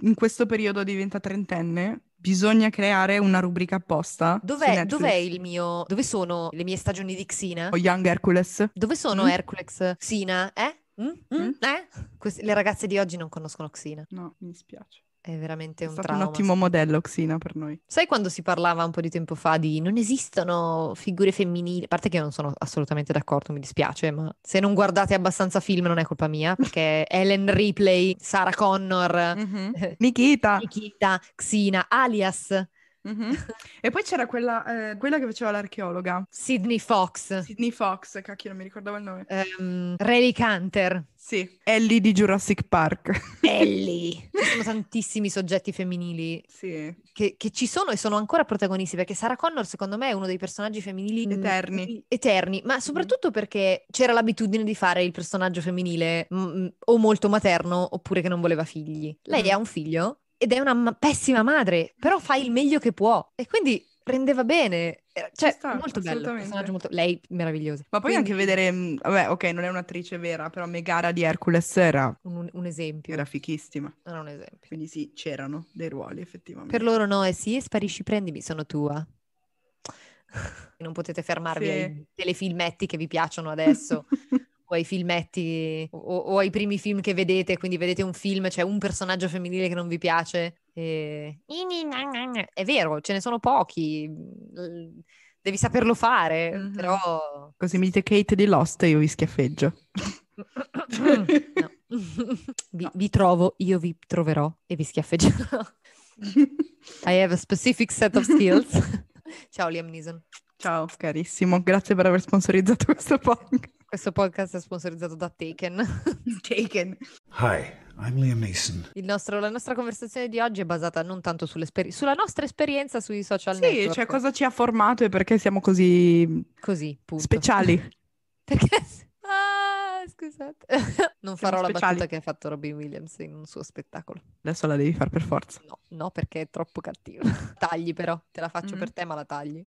in questo periodo diventa trentenne, bisogna creare una rubrica apposta. su Dov'è, Netflix. dov'è il mio... Dove sono le mie stagioni di Xina? O Young Hercules. Dove sono Mm. Hercules, Xina? Eh? Mm? Mm? Eh? Queste- le ragazze di oggi non conoscono Xina. No, mi dispiace. È veramente È un stato trauma. un ottimo modello, Xina, per noi. Sai quando si parlava un po' di tempo fa di non esistono figure femminili? A parte che io non sono assolutamente d'accordo, mi dispiace, ma se non guardate abbastanza film non è colpa (laughs) mia, perché Ellen Ripley, Sarah Connor, (laughs) eh, (laughs) Nikita. Nikita, Xina, alias Mhm. (laughs) E poi c'era quella, eh, quella che faceva l'archeologa, Sidney Fox, Sidney Fox, cacchio, non mi ricordavo il nome. ehm, Riley Canter, Sì, Ellie di Jurassic Park. (laughs) Ellie. Ci sono tantissimi soggetti femminili sì, che, che ci sono e sono ancora protagonisti, perché Sarah Connor secondo me è uno dei personaggi femminili Mm. Eterni. Mm. eterni, ma soprattutto perché c'era l'abitudine di fare il personaggio femminile mm, mm, o molto materno oppure che non voleva figli. Lei Mm. ha un figlio ed è una ma- pessima madre, però fa il meglio che può e quindi rendeva bene. Eh, Cioè, Ci sta, molto bello, assolutamente. personaggio molto... Lei meravigliosa. Ma poi Quindi, anche vedere, mh, vabbè, ok, non è un'attrice vera, però Megara di Hercules era, un, un esempio, era fichissima. non è un esempio. Quindi sì, c'erano dei ruoli effettivamente. (laughs) Per loro no, è sì, e sparisci, prendimi, sono tua. Non potete fermarvi Sì. ai telefilmetti che vi piacciono adesso. o ai filmetti o, o ai primi film che vedete, quindi vedete un film, c'è un personaggio femminile che non vi piace. E... È vero, ce ne sono pochi, l- devi saperlo fare, Mhm. (coughs) però... Così mi dite Kate di Lost e io vi schiaffeggio. (laughs) No. vi, vi trovo, io vi troverò e vi (laughs) schiaffeggerò. I have a specific set of (laughs) skills. Ciao Liam Neeson. Ciao carissimo, grazie per aver sponsorizzato questo podcast. Questo podcast è sponsorizzato da Taken. (laughs) Taken. Hi, I'm Liam Neeson. Il nostro- la nostra conversazione di oggi è basata non tanto sull'esperi- sulla nostra esperienza sui social Sì, network. cioè cosa ci ha formato e perché siamo così Così, punto. speciali. (laughs) Perché... Ah, scusate. (laughs) non farò la speciali. battuta che ha fatto Robin Williams in un suo spettacolo. Adesso la devi fare per forza. No, no, perché è troppo cattiva. (laughs) tagli però, te la faccio Mhm. per te, ma la tagli.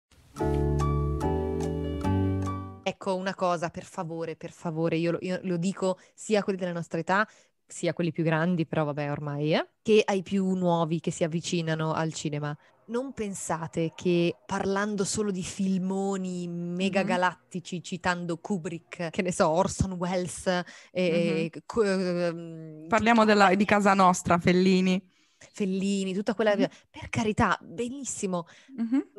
Ecco una cosa, per favore, per favore, io lo, io lo dico sia a quelli della nostra età, sia a quelli più grandi, però vabbè ormai, eh, che ai più nuovi che si avvicinano al cinema. Non pensate che parlando solo di filmoni mega Mhm. galattici, citando Kubrick, che ne so, Orson Welles, e- co- ehm, Parliamo tutta della- quella- di casa nostra, Fellini. Fellini, tutta quella... Mhm. Per carità, benissimo,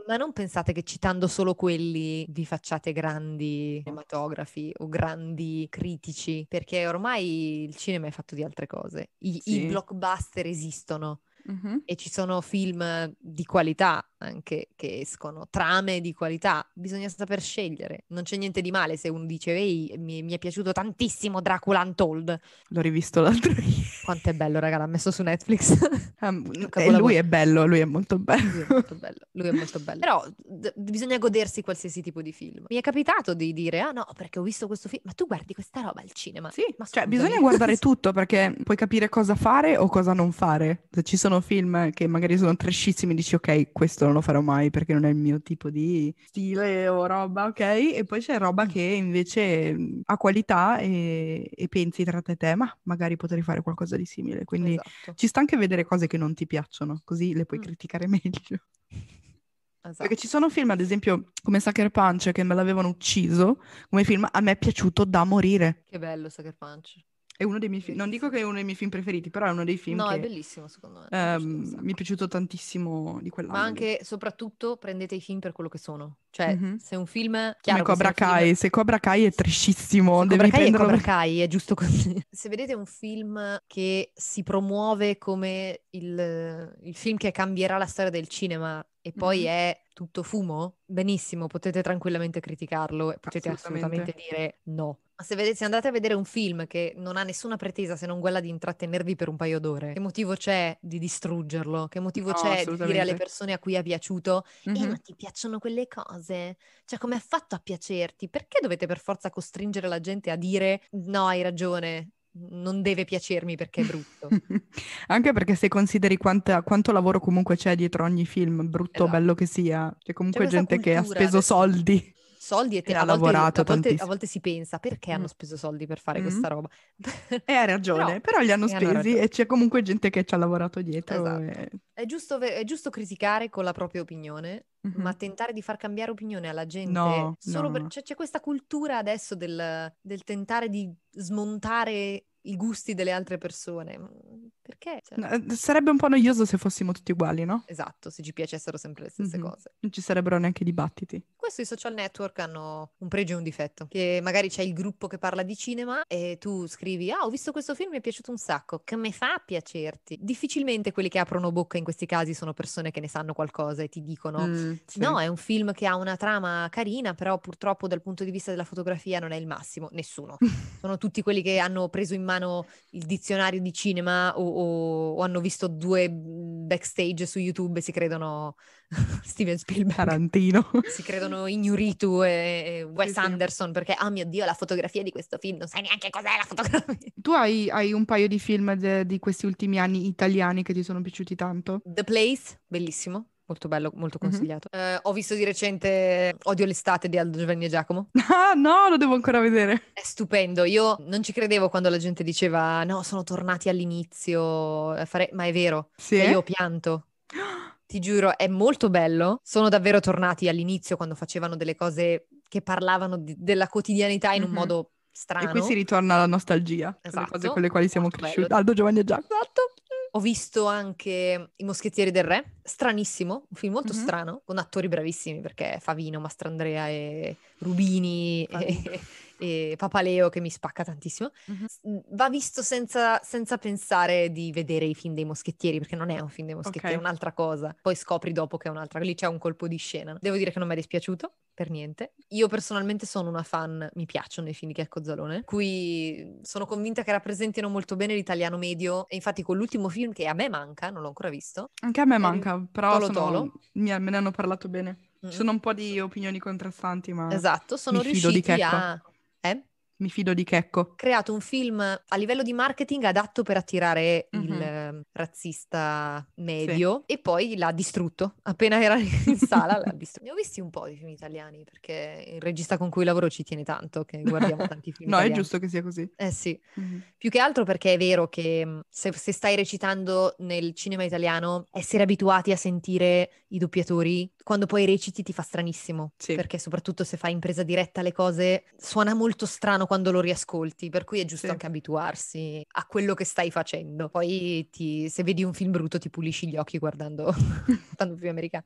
ma non pensate che citando solo quelli vi facciate grandi cinematografi o grandi critici, perché ormai il cinema è fatto di altre cose. I, i Sì. blockbuster esistono Mhm. e ci sono film di qualità anche che escono, trame di qualità, bisogna saper scegliere. Non c'è niente di male se uno dice, ehi, mi, mi è piaciuto tantissimo Dracula Untold. L'ho rivisto l'altro (laughs) ieri. Quanto è bello, raga, l'ha messo su Netflix. (laughs) Um, e Ah, capolavoro. lui è bello, lui è molto Lui è bello. molto bello, lui è molto bello. Però d- bisogna godersi qualsiasi tipo di film. Mi è capitato di dire, ah no, perché ho visto questo film, ma tu guardi questa roba al cinema. Sì, ma cioè scusami. bisogna (laughs) guardare tutto perché puoi capire cosa fare o cosa non fare. Se ci sono film che magari sono trashissimi, dici ok, questo non lo farò mai perché non è il mio tipo di stile o roba, ok? E poi c'è roba che invece mh, ha qualità e, e pensi tra te e te, ma magari potrei fare qualcosa di simile. Quindi Cioè, Esatto, ci sta anche vedere cose che non ti piacciono, così le puoi Mm. criticare (laughs) meglio. esatto. Perché ci sono film, ad esempio, come Sucker Punch, che me l'avevano ucciso, come film a me è piaciuto da morire. Che bello Sucker Punch. È uno dei miei film, non dico che è uno dei miei film preferiti, però è uno dei film No, che è bellissimo secondo me. ehm, Mi piace un sacco. mi è piaciuto tantissimo di quell'anno. Ma anche, soprattutto, prendete i film per quello che sono. Cioè, se un film... Come chiaro che se Cobra un film- Kai, se Cobra Kai è trashissimo, devi Cobra Kai è prenderlo Cobra per- Kai, è giusto così. (laughs) Se vedete un film che si promuove come il, il film che cambierà la storia del cinema e poi Mhm. è tutto fumo, benissimo, potete tranquillamente criticarlo e potete Assolutamente. assolutamente, dire no. Ma se, vedete, se andate a vedere un film che non ha nessuna pretesa se non quella di intrattenervi per un paio d'ore, che motivo c'è di distruggerlo? Che motivo No, c'è di dire alle assolutamente. persone a cui è piaciuto eh, Mhm. ma ti piacciono quelle cose? Cioè, come ha fatto a piacerti? Perché dovete per forza costringere la gente a dire no, hai ragione, non deve piacermi perché è (laughs) brutto? (laughs) Anche perché se consideri quanta- quanto lavoro comunque c'è dietro ogni film, brutto o bello che sia, c'è comunque Esatto. questa gente che ha cultura speso adesso. soldi. Soldi e te- E ha a, volte, lavorato a, volte, a tantissimo. volte si pensa perché hanno Mm. speso soldi per fare Mm. questa roba? (laughs) E ha Eh, ragione, però, li hanno e hanno spesi ragione. e c'è comunque gente che ci ha lavorato dietro. Esatto. e- È giusto, ve- è giusto criticare con la propria opinione, Mhm. ma certo. tentare di far cambiare opinione alla gente No, solo no, per- no. cioè, c'è questa cultura adesso del, del tentare di smontare i gusti delle altre persone. Mm, Perché? Cioè, No, eh, Sarebbe un po' noioso se fossimo tutti uguali, no? Esatto, se ci piacessero sempre le stesse Mhm. cose. Non ci sarebbero neanche dibattiti. Questo i social network hanno un pregio e un difetto, che magari c'è il gruppo che parla di cinema e tu scrivi ah ho visto questo film mi è piaciuto un sacco, che mi fa a piacerti. Difficilmente quelli che aprono bocca in questi casi sono persone che ne sanno qualcosa e ti dicono Mm, sì. no è un film che ha una trama carina però purtroppo dal punto di vista della fotografia non è il massimo, (laughs) nessuno. Sono tutti quelli che hanno preso in mano il dizionario di cinema o, o- o hanno visto due mm, backstage su YouTube e si credono (laughs) Steven Spielberg. Tarantino. Si credono Ignuritu e, e Wes Sì, sì. Anderson perché, ah mio Dio, la fotografia di questo film, non sai neanche cos'è la fotografia. (laughs) Tu hai, hai un paio di film de- di questi ultimi anni italiani che ti sono piaciuti tanto? (laughs) (laughs) The Place, bellissimo, molto bello, molto consigliato. Eh, ho visto di recente Odio l'estate di Aldo Giovanni e Giacomo. Ah, no, lo devo ancora vedere. È stupendo, io non ci credevo quando la gente diceva no, sono tornati all'inizio, eh, fare- ma è vero, Sì? eh? Cioè, io ho (gasps) pianto. Ti giuro, è molto bello. Sono davvero tornati all'inizio quando facevano delle cose che parlavano di- della quotidianità in un Mhm. modo strano. E qui si ritorna alla nostalgia, le cose Esatto, con le quali siamo molto bello. cresciuti. Aldo Giovanni e Giacomo. Esatto. Ho visto anche I Moschettieri del Re, stranissimo, un film molto Mhm. strano, con attori bravissimi perché Favino, Mastrandrea e Rubini (laughs) e, e Papaleo che mi spacca tantissimo. S- Va visto senza, senza pensare di vedere i film dei Moschettieri perché non è un film dei Moschettieri, Ok. è un'altra cosa. Poi scopri dopo che è un'altra, lì c'è un colpo di scena. Devo dire che non mi è dispiaciuto per niente. Io personalmente sono una fan, mi piacciono i film di Checco Zalone, cui sono convinta che rappresentino molto bene l'italiano medio e infatti con l'ultimo film che a me manca, non l'ho ancora visto, Anche a me manca, però Ehm, Tolo sono- Tolo. mi- me ne hanno parlato bene. Mm. Ci sono un po' di opinioni contrastanti, ma esatto, sono mi fido di riusciti Checco. a... Eh? mi fido di Checco. creato un film a livello di marketing adatto per attirare il Mhm. eh, razzista medio e poi l'ha distrutto. Appena era (laughs) in sala l'ha distrutto. Ne ho visti un po' di film italiani perché il regista con cui lavoro ci tiene tanto che guardiamo (laughs) tanti film No, è italiani. giusto che sia così. Eh sì, Mhm. più che altro perché è vero che mh, se, se stai recitando nel cinema italiano, essere abituati a sentire i doppiatori quando poi reciti ti fa stranissimo. Sì. Perché soprattutto se fai in presa diretta le cose, suona molto strano quando lo riascolti, per cui è giusto Sì. anche abituarsi a quello che stai facendo. Poi ti- se vedi un film brutto ti pulisci gli occhi guardando, (laughs) guardando più americano.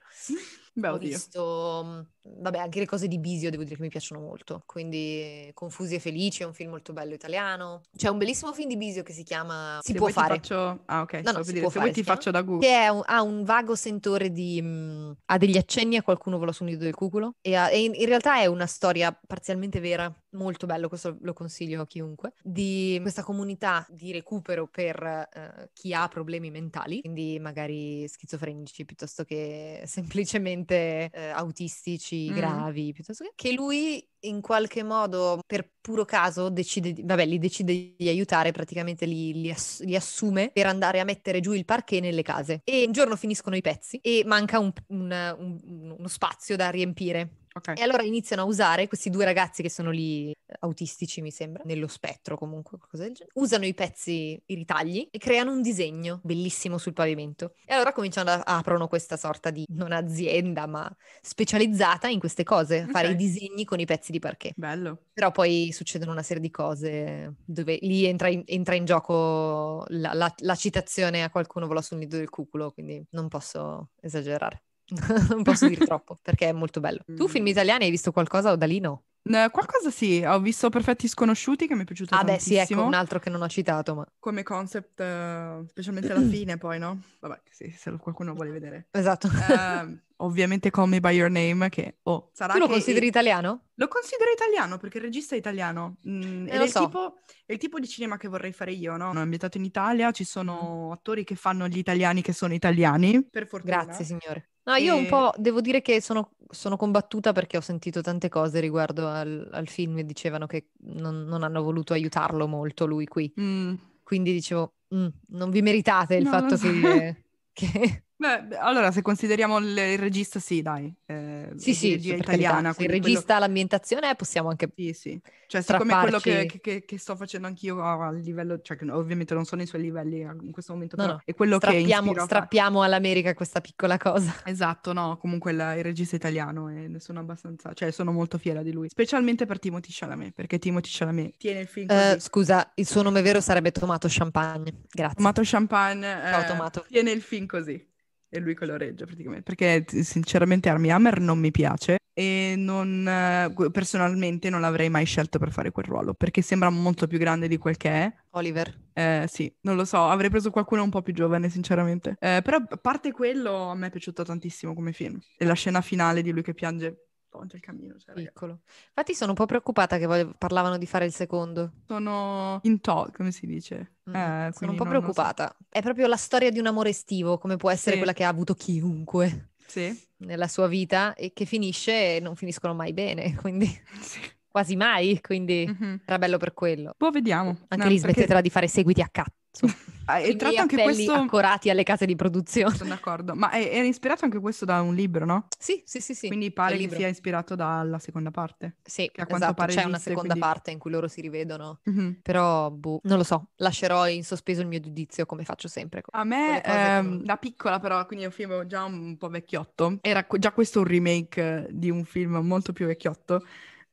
Beh, Ho oddio. visto, mh, vabbè, anche le cose di Bisio devo dire che mi piacciono molto. Quindi, Confusi e Felici è un film molto bello italiano. C'è un bellissimo film di Bisio che si chiama Si Se può vuoi ti fare. faccio- Ah, ok, No, stavo no, per si dire, può se vuoi fare, ti si chiama. faccio da Gu. Che è un- ha un vago sentore di... mh, ha degli accenni a qualcuno vola sul nido del cuculo. E, ha- e in, in realtà è una storia parzialmente vera, molto bello, questo lo consiglio a chiunque, di questa comunità di recupero per eh, chi ha problemi mentali, quindi magari schizofrenici piuttosto che (laughs) semplicemente eh, autistici Mm. gravi, piuttosto che, che lui in qualche modo per puro caso decide di, vabbè, li decide di aiutare, praticamente li, li ass- li assume per andare a mettere giù il parquet nelle case. E un giorno finiscono i pezzi e manca un- un- un- uno spazio da riempire. Okay. E allora iniziano a usare questi due ragazzi che sono lì eh, autistici, mi sembra, nello spettro comunque, qualcosa del genere. Usano i pezzi, i ritagli e creano un disegno bellissimo sul pavimento. E allora cominciano a aprono questa sorta di non azienda, ma specializzata in queste cose, okay. fare i disegni con i pezzi di parquet. Bello. Però poi succedono una serie di cose dove lì entra in, entra in gioco la, la, la citazione a qualcuno volò sul nido del cuculo, quindi non posso esagerare. (laughs) non posso (laughs) dire troppo perché è molto bello. Tu film italiani hai visto qualcosa o da lì no? Eh, qualcosa sì, ho visto Perfetti Sconosciuti che mi è piaciuto ah, Ah tantissimo. beh sì, ecco un altro che non ho citato ma... Come concept, uh, specialmente (clears throat) alla fine poi, no? Vabbè, sì, se qualcuno vuole vedere. (laughs) Esatto. Uh, ovviamente Call Me By Your Name che... Oh, sarà (laughs) tu lo consideri è... italiano? Lo considero italiano perché il regista è italiano. Eh, Mm, è, so. il tipo, è, il tipo, di cinema che vorrei fare io, no? È ambientato in Italia, ci Mm. sono attori che fanno gli italiani che sono italiani, per fortuna. Grazie signore. No, io e... un po' devo dire che sono, sono, combattuta perché ho sentito tante cose riguardo al, al film e dicevano che non, non, hanno voluto aiutarlo molto lui qui. Mm. Quindi dicevo, mm, non vi meritate il no, fatto so. che, (laughs) che... Beh, allora se consideriamo il, il regista, sì, dai. Eh, sì, sì, regia italiana. Se il regista quello... l'ambientazione eh, possiamo anche Sì, sì. Cioè, siccome quello che, che, che, sto facendo anch'io a livello, cioè ovviamente non sono i suoi livelli eh, in questo momento, no, però no. è quello strappiamo, che strappiamo all'America questa piccola (laughs) cosa. Esatto, no, comunque la, il regista italiano e ne sono abbastanza, cioè sono molto fiera di lui, specialmente per Timothy Chalamet, perché Timothy Chalamet tiene il film così. Uh, scusa, il suo nome vero sarebbe Tomato Champagne. Grazie. Tomato Champagne. Ciao eh, Tomato. Tiene il film così e lui coloreggia praticamente perché sinceramente Army Hammer non mi piace e non, eh, personalmente non l'avrei mai scelto per fare quel ruolo perché sembra molto più grande di quel che è Oliver eh, sì non lo so avrei preso qualcuno un po' più giovane sinceramente eh, però a parte quello a me è piaciuto tantissimo come film e la scena finale di lui che piange davanti al cammino. Cioè, Piccolo. Infatti sono un po' preoccupata che volev- parlavano di fare il secondo. Sono in talk, come si dice. Mm. Eh, sono un po' non, preoccupata. Non so. È proprio la storia di un amore estivo, come può essere sì. quella che ha avuto chiunque sì. nella sua vita e che finisce e non finiscono mai bene, (laughs) quindi... (laughs) (laughs) Sì. Quasi mai, quindi mm-hmm. era bello per quello. Poi Mhm. Boh, vediamo. Anche no, lì perché... smettetela di fare seguiti a (laughs) cazzo. Ah, è tratto anche questo accorati alle case di produzione. (laughs) Sono d'accordo, ma era ispirato anche questo da un libro, no? Sì, sì, sì, sì. Quindi pare che sia ispirato dalla seconda parte. Sì, che a esatto, pare c'è una seconda quindi... parte in cui loro si rivedono. Mm-hmm. Però boh, non lo so, lascerò in sospeso il mio giudizio come faccio sempre. a me ehm, che... da piccola però, quindi è un film già un po' vecchiotto, era già questo un remake eh, di un film molto più vecchiotto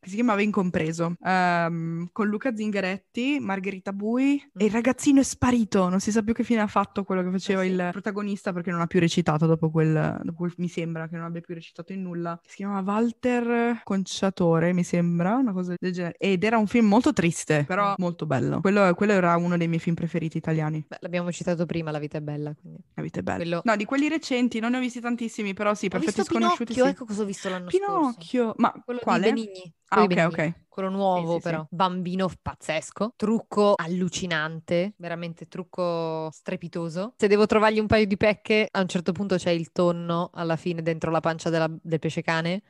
che si chiamava Incompreso, um, con Luca Zingaretti, Margherita Bui mm. e il ragazzino è sparito, non si sa più che fine ha fatto quello che faceva eh sì. il protagonista perché non ha più recitato dopo quel, dopo quel, mi sembra che non abbia più recitato in nulla. Si chiamava Walter Conciatore, mi sembra, una cosa del genere. Ed era un film molto triste, però molto bello. Quello, quello era uno dei miei film preferiti italiani. Beh, l'abbiamo citato prima, La vita è bella. Quindi. La vita è bella. Quello... No, di quelli recenti non ne ho visti tantissimi, però sì, perfetti sconosciuti. Sì. ecco cosa ho visto l'anno Pinocchio. scorso. Pinocchio, ma quello quale? di Benigni. Ah, ok, ok. Quello nuovo, sì, sì, però. Sì. Bambino pazzesco. Trucco allucinante. Veramente trucco strepitoso. Se devo trovargli un paio di pecche, a un certo punto c'è il tonno alla fine dentro la pancia della, del pesce (laughs) cane.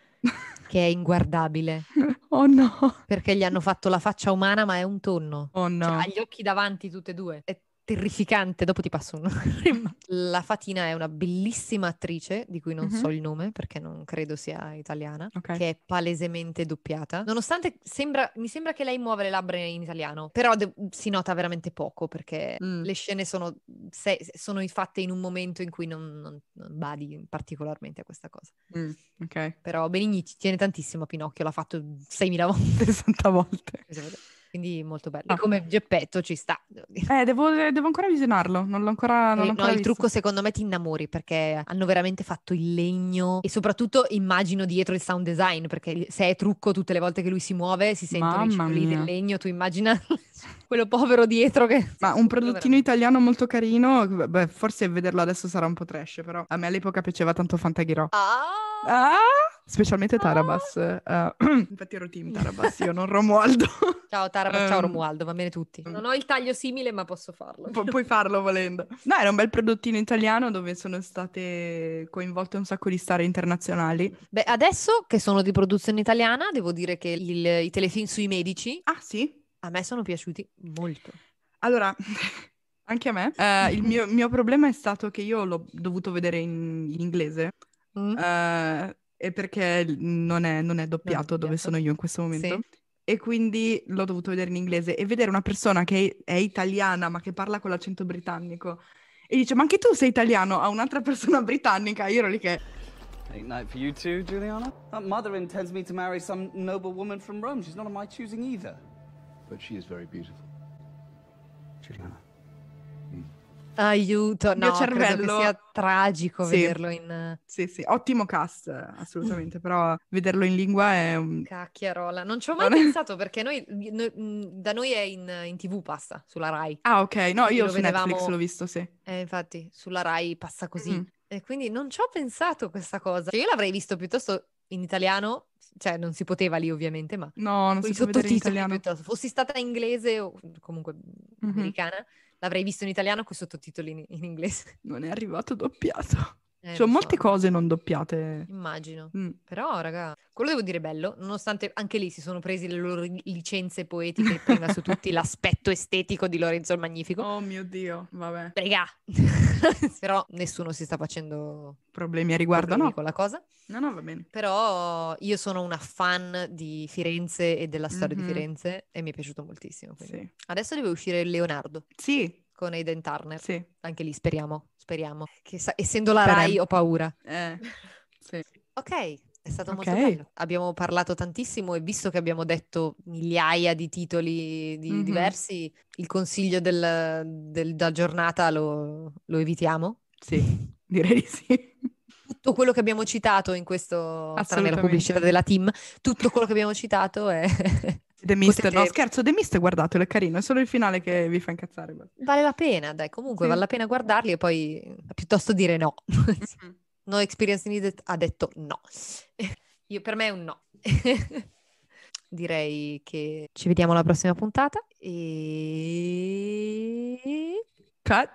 che è inguardabile. Oh (laughs) no. Perché gli hanno fatto la faccia umana, ma è un tonno. Oh no. Cioè, ha gli occhi davanti tutte e due. È terrificante, dopo ti passo un (laughs) La Fatina è una bellissima attrice di cui non mm-hmm. so il nome perché non credo sia italiana, okay. che è palesemente doppiata. Nonostante sembra, mi sembra che lei muova le labbra in italiano, però de- si nota veramente poco perché mm. le scene sono, se- sono, fatte in un momento in cui non, non, non badi particolarmente a questa cosa. Mm, okay. Però Benigni ci tiene tantissimo a Pinocchio, l'ha fatto 6.000 (laughs) volte. 60 volte. quindi molto bello. Ah. Come Geppetto ci sta. Eh, devo, devo, ancora visionarlo, non l'ho ancora, non eh, ancora no, il trucco secondo me ti innamori perché hanno veramente fatto il legno e soprattutto immagino dietro il sound design perché se è trucco tutte le volte che lui si muove si sentono Mamma i del legno, tu immagina (laughs) quello povero dietro che... Ma un prodottino italiano molto carino, beh, forse vederlo adesso sarà un po' trash, però a me all'epoca piaceva tanto Fantaghiro. Ah! ah! Specialmente Tarabas. (clears throat) Ah! Uh, infatti ero team Tarabas, io non Romualdo. (laughs) Ciao Tara, Ehm. ciao Romualdo, va bene tutti. Mm. Non ho il taglio simile, ma posso farlo. Pu- puoi farlo volendo. No, era un bel prodottino italiano dove sono state coinvolte un sacco di star internazionali. Beh, adesso che sono di produzione italiana, devo dire che il, i telefilm sui medici. Ah, sì? A me sono piaciuti molto. Eh, Allora. (laughs) Anche a me. Uh, il mio, mio, problema è stato che io l'ho dovuto vedere in, in inglese. Mm. Uh, eh, perché non è, non è doppiato dove sono io in questo momento. Sì. E quindi l'ho dovuto vedere in inglese e vedere una persona che è italiana ma che parla con l'accento britannico e dice ma anche tu sei italiano a un'altra persona (laughs) britannica, io ero lì che... Late night for you too, Juliana. That mother intends me to marry some noble woman from Rome. She's not of my choosing either. But she is very beautiful. Juliana. Aiuto, no, mio credo cervello- che sia tragico Sì. vederlo in Sì, sì, ottimo cast, assolutamente, però vederlo in (laughs) lingua è... un- cacchiarola. Non ci ho mai Non è- pensato perché noi, noi- mh, da noi è in, in TV passa, sulla Rai. Ah, ok, no, Quindi io lo su vedevamo- Netflix l'ho visto, sì. Eh, infatti, sulla Rai passa così. Mm. E quindi non ci ho pensato questa cosa. Cioè, io l'avrei visto piuttosto in italiano, cioè non si poteva lì ovviamente, ma No, non con si i può vedere in sottotitoli italiano. piuttosto. Fossi stata inglese o comunque americana, l'avrei visto in italiano con i sottotitoli in, in inglese. Non è arrivato doppiato. Eh, Ci lo sono so, molte cose non doppiate. Immagino. Mm. Però, raga, quello devo dire bello, nonostante anche lì si sono presi le loro licenze poetiche, prima su (laughs) tutti l'aspetto estetico di Lorenzo il Magnifico. Oh mio Dio, vabbè. Raga, (laughs) però nessuno si sta facendo Problemi a riguardo, problemi no? con la cosa. No, no, va bene. Però io sono una fan di Firenze e della storia Mhm. di Firenze e mi è piaciuto moltissimo. quindi. Sì. Adesso deve uscire Leonardo Sì, con Aiden Turner. sì. Anche lì speriamo, speriamo. Che sa- essendo la Speriamo. Rai ho paura. (laughs) Eh, sì. Ok, è stato molto Ok. bello. Abbiamo parlato tantissimo e visto che abbiamo detto migliaia di titoli di- Mhm. diversi, il consiglio del- del- della giornata lo- lo evitiamo. Sì, direi di sì. tutto quello che abbiamo citato in questo, tranne la Assolutamente. pubblicità della team, tutto quello che abbiamo citato è... The Mist, no potete- scherzo, The Mist guardatelo, è carino, è solo il finale che vi fa incazzare. guarda. Vale la pena, dai, comunque Sì. vale la pena guardarli e poi mhmm, piuttosto dire no. (laughs) No Experience Needed ha detto no. (laughs) Io, per me è un no. (laughs) Direi che ci vediamo alla prossima puntata e... Cut.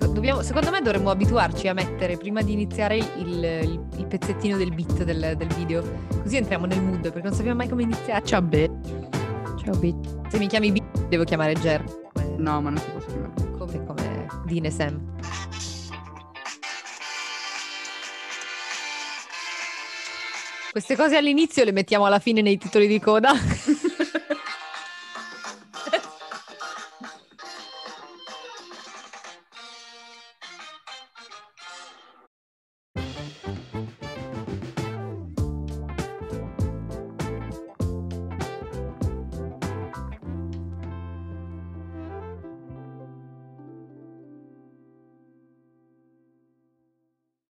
Dobbiamo- secondo me dovremmo abituarci a mettere prima di iniziare il, il- il pezzettino del beat del, del video, così entriamo nel mood perché non sappiamo mai come iniziare. Ciao, be. Ciao beat. Se mi chiami beat devo chiamare Ger, No, ma non si può chiamare. come, come Dean e Sam. Queste cose all'inizio le mettiamo alla fine nei titoli di coda.